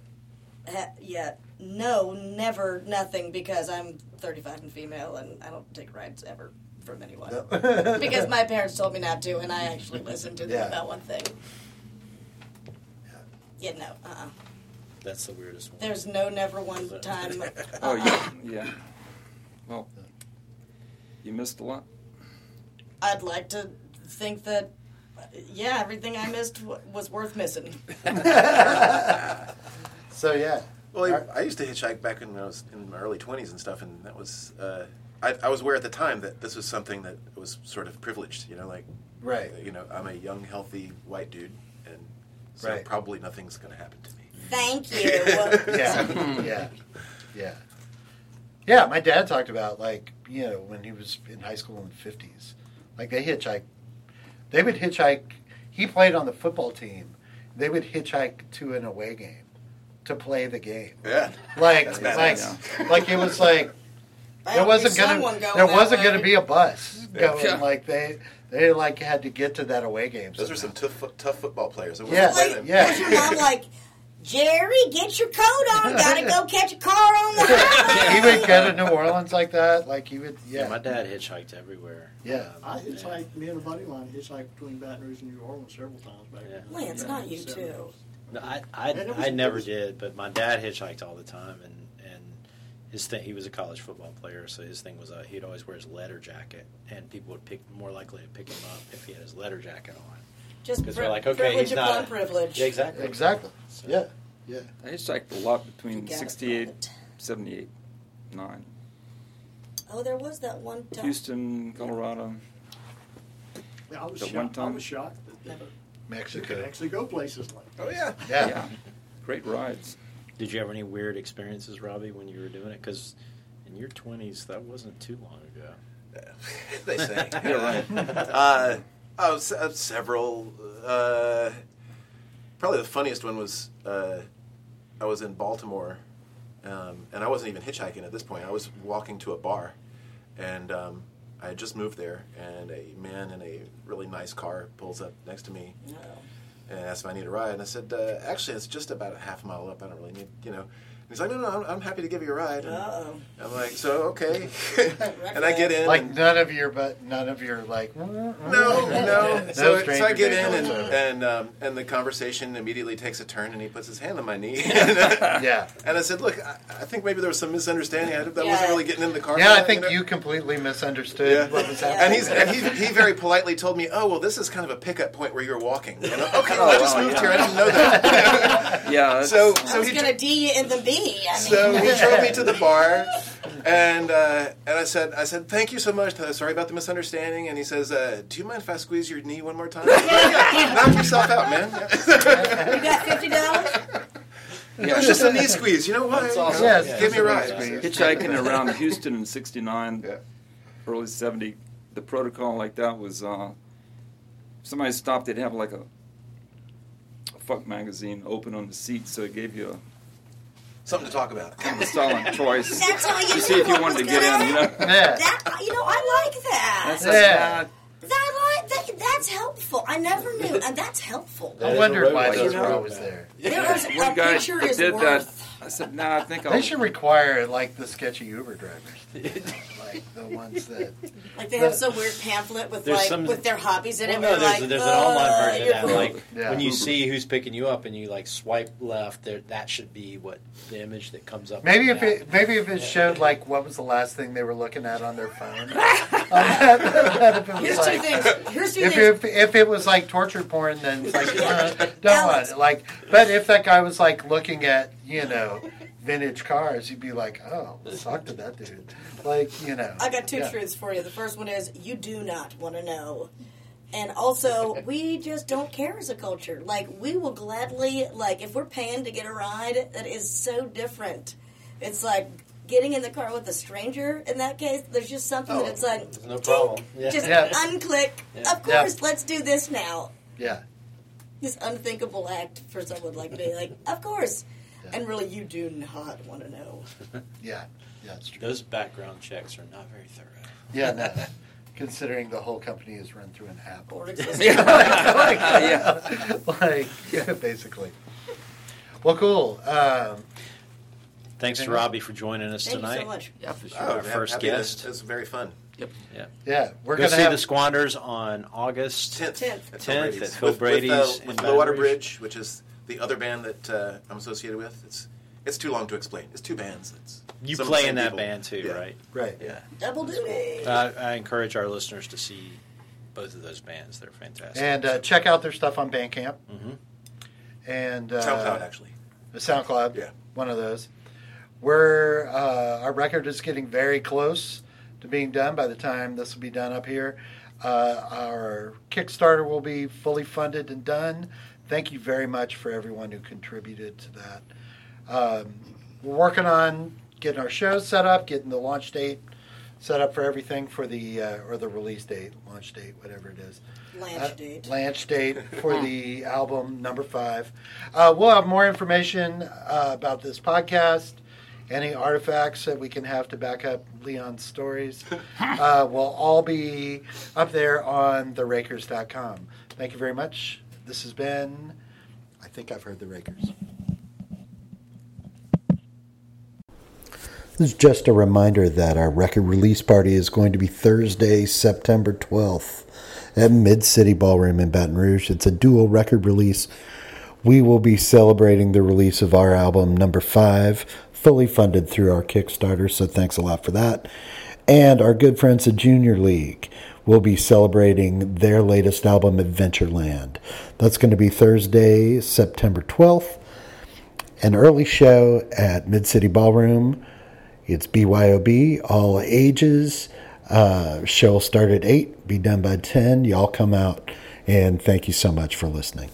F: had yet. No, never, nothing, because I'm 35 and female, and I don't take rides ever from anyone.
H: [LAUGHS]
J: [LAUGHS]
H: No.
F: because my parents told me not to, and I actually listened to them
H: Yeah.
F: about one thing. Yeah, no, uh-uh.
J: That's the weirdest one.
F: There's no never one [LAUGHS] time.
E: Oh,
F: [COUGHS]
E: yeah, yeah. Well, you missed a lot.
F: I'd like to think that, yeah, everything I missed w- was worth missing.
H: [LAUGHS] so yeah,
I: Well, I, I used to hitchhike back when I was in my early twenties and stuff, and that was uh, I, I was aware at the time that this was something that was sort of privileged. You know, like uh,
H: right,
I: you know, I'm a young, healthy white dude, and so
H: Right.
I: probably nothing's going to happen to me.
F: Thank [LAUGHS] you.
I: [LAUGHS]
H: yeah, hmm. yeah, yeah, yeah. My dad talked about like you know when he was in high school in the fifties, like they hitchhike. They would hitchhike. He played on the football team. They would hitchhike to an away game to play the game.
I: Yeah,
H: like
I: That's
H: like,
I: badass.
H: like it was
I: [LAUGHS]
H: like there wasn't gonna there wasn't gonna be a
I: [LAUGHS]
H: bus going
E: Yeah.
H: like they they like had to get to that away game.
I: those are some
H: somehow.
I: tough, fo- tough football players. I wouldn't
H: Yeah,
I: play
F: Like,
I: them.
H: yeah.
F: Was your mom like, Jerry, get your coat
H: [LAUGHS]
F: on. Gotta go catch a car on the highway.
H: he
I: [LAUGHS]
H: would go to New Orleans like that. Like he would
B: Yeah,
H: yeah
B: my dad hitchhiked everywhere.
H: Yeah.
B: Um,
G: I
B: and-
G: hitchhiked, me and a buddy of mine hitchhiked between Baton Rouge and New Orleans several times back
B: Yeah.
G: in
F: Lance,
G: the
F: not you
G: 70s.
F: too.
B: No, I, I,
G: And it was-
B: I
G: it
B: never
G: was-
B: did, but my dad hitchhiked all the time, and, and his thing he was a college football player, so his thing was uh, he'd always wear his letter jacket, and people would pick more likely to pick him up if he had his letter jacket on.
F: Just
B: 'Cause
F: pri-
B: they're like, okay,
F: privilege
B: he's not
F: upon
B: a-
F: privilege.
B: Yeah, exactly.
H: exactly
B: So-
H: yeah
E: I hitchhiked a lot
F: You
E: between
F: got it
E: 68,
F: right.
E: 78, 9.
F: Oh, there was that one time.
E: Houston, Colorado.
G: Yeah, I was
E: At
G: shocked.
E: one
G: I
E: time-
G: was shocked that
F: Never.
G: you could
H: Mexico
G: actually go places like that.
I: Oh yeah.
H: yeah.
E: yeah. Great rides.
B: Did you have any weird experiences, Robbie, when you were doing it? Because in your twenties, that wasn't too long ago.
I: [LAUGHS] they say.
E: Yeah, right.
B: [LAUGHS]
I: Uh, oh, se- uh, several. Uh, probably the funniest one was uh, I was in Baltimore, um, and I wasn't even hitchhiking at this point. I was walking to a bar, and um, I had just moved there, and a man in a really nice car pulls up next to me and asked if I need a ride. And I said, uh, actually, it's just about a half mile up. I don't really need, you know. And he's like, no, no, I'm, I'm happy to give you a ride. And
F: Uh-oh.
I: I'm like, so okay. [LAUGHS] and I get in.
H: like
I: and-
H: none of your but none of your like no
I: no, no. So, so I
H: stranger
I: get
H: danger
I: in, and
H: whatsoever.
I: and, um, and the conversation immediately takes a turn, and he puts his hand on
H: [LAUGHS]
I: my knee. and
H: yeah
I: I said, "Look, I, I think maybe there was some misunderstanding. I, that
F: Yeah.
I: wasn't really getting in the car."
H: yeah I
I: you
H: think
I: know?
H: you completely misunderstood
I: Yeah.
H: what was
F: Yeah.
H: happening
I: And he's [LAUGHS] and he, he very politely told me, "Oh well, this is kind of a pickup point where you're walking." And I'm, okay,
H: Oh,
I: well, I just
E: wow,
I: moved
E: yeah.
I: here. I didn't know that.
E: Yeah.
I: so
F: [LAUGHS]
E: that's-
F: I
I: so
F: was
I: he
F: gonna D you in the B. I mean,
I: so he drove me to the bar, and uh, and I said I said thank you so much. Uh, sorry about the misunderstanding. And he says, uh, "Do you mind if I squeeze your knee one
F: [LAUGHS]
I: more time?" Yeah, knock yourself out, man. Yeah.
F: you got fifty dollars.
I: it was just a knee squeeze. You know what?
J: That's awesome.
H: Yes,
I: Give me a ride.
E: hitchhiking around Houston in '69,
I: Yeah.
E: early '70. The protocol like that was uh, somebody stopped. They'd have like a, a fuck magazine open on the seat, so it gave you a
I: Something to talk about.
E: It was silent twice
F: [LAUGHS] That's how you
E: to
F: knew
E: see if you
F: what
E: wanted to
F: was
E: get
F: gonna
E: in. You know,
H: Yeah.
F: That you know, I like that.
E: that's
H: Yeah.
F: That like that, that's helpful. I never knew, and that's helpful.
J: That
H: I
J: is a
H: wondered
J: road
H: why
J: like
H: those
J: that.
H: were always there.
F: There is,
E: one
F: a
E: guy
F: picture
E: that
F: is
E: did that.
F: worth.
E: I said, "No, I think I'll."
H: They should require like the sketchy Uber drivers, like the ones that.
F: Like they have some weird pamphlet with
B: There's
F: like
B: some-
F: with their hobbies in
B: Well,
F: it.
B: no,
F: and
B: there's,
F: like,
B: there's an
F: "Uh,
B: online version
F: you're
B: of
F: cool."
B: that. Like
H: Yeah.
B: when you see who's picking you up and you like swipe left, there that should be what the image that comes up.
H: Maybe
B: on
H: if
B: that.
H: it maybe if it showed like what was the last thing they were looking at on their [LAUGHS] phone. That'd have been
F: Here's
H: like-
F: two things. Here's two
H: If,
F: things.
H: if, if it was like torture porn, then
F: [LAUGHS]
H: it's like uh, don't want it. Like, but if that guy was like looking at you know vintage cars, you'd be like, oh, talk to that dude. Like you know,
F: I got two
H: yeah.
F: truths for you. The first one is you do not want to know. And also, we just don't care as a culture. Like, we will gladly, like, if we're paying to get a ride, that is so different. It's like getting in the car with a stranger in that case. There's just something
B: Oh,
F: that it's like,
B: there's no problem.
F: tink,
B: Yeah.
F: just
H: Yeah.
F: unclick.
B: Yeah.
F: Of course, let's do this now.
H: Yeah,
F: This unthinkable act for someone like me. Like, of course. And really, you do not want to know.
H: yeah, yeah, it's true.
B: Those background checks are not very thorough. [LAUGHS]
H: Yeah, no. Considering the whole company is run through an
B: [LAUGHS]
H: Apple.
F: Or exist.
H: like, like, yeah, basically. Well, cool. Um,
B: Thanks to Robbie for joining us
F: Thank
B: tonight.
F: you so much.
E: Yeah, for
H: Oh,
E: sure.
B: Our
I: I'm
B: first
I: happy to-
B: guest.
I: It's very fun.
H: yeah, we're
B: Go
H: gonna
B: see
H: have
B: the Squanders on August.
I: Tenth,
F: Tenth.
I: at
B: 10th
I: Brady's.
B: at Phil
I: With-
B: Brady's
I: with, uh,
B: in
I: with
B: Baton
I: Low Water
B: Rouge.
I: Bridge, which is the other band that uh, I'm associated with. It's it's too long to explain. It's two bands. It's
B: You
I: some of the
B: play
I: same
B: in that
I: people.
B: band too,
I: Yeah.
B: right?
H: right.
F: Double duty.
B: Uh, I encourage our listeners to see both of those bands. They're fantastic.
H: And uh, check out their stuff on Bandcamp.
B: Mhm.
H: And uh,
I: SoundCloud actually.
H: The SoundCloud.
I: Yeah.
H: One of those. We're uh, our record is getting very close to being done by the time this will be done up here. Uh, our Kickstarter will be fully funded and done. Thank you very much for everyone who contributed to that. Um, we're working on getting our shows set up, getting the launch date set up for everything for the uh, or the release date, launch date, whatever it is.
B: uh,
F: Blanche date.
H: Lanch date for the album [LAUGHS] number five. Uh, we'll have more information uh, about this podcast, any artifacts that we can have to back up Leon's stories. uh, will all be up there on therakers.com. Thank you very much. This has been, I think I've heard the Rakers.
A: This is just a reminder that our record release party is going to be Thursday, September 12th at Mid City Ballroom in Baton Rouge. It's a dual record release. We will be celebrating the release of our album number five, fully funded through our Kickstarter, so thanks a lot for that. And our good friends at Junior League will be celebrating their latest album, Adventureland. That's going to be Thursday, September 12th, an early show at Mid City Ballroom. It's BYOB, all ages. Uh, show will start at 8, be done by 10. Y'all come out, and thank you so much for listening.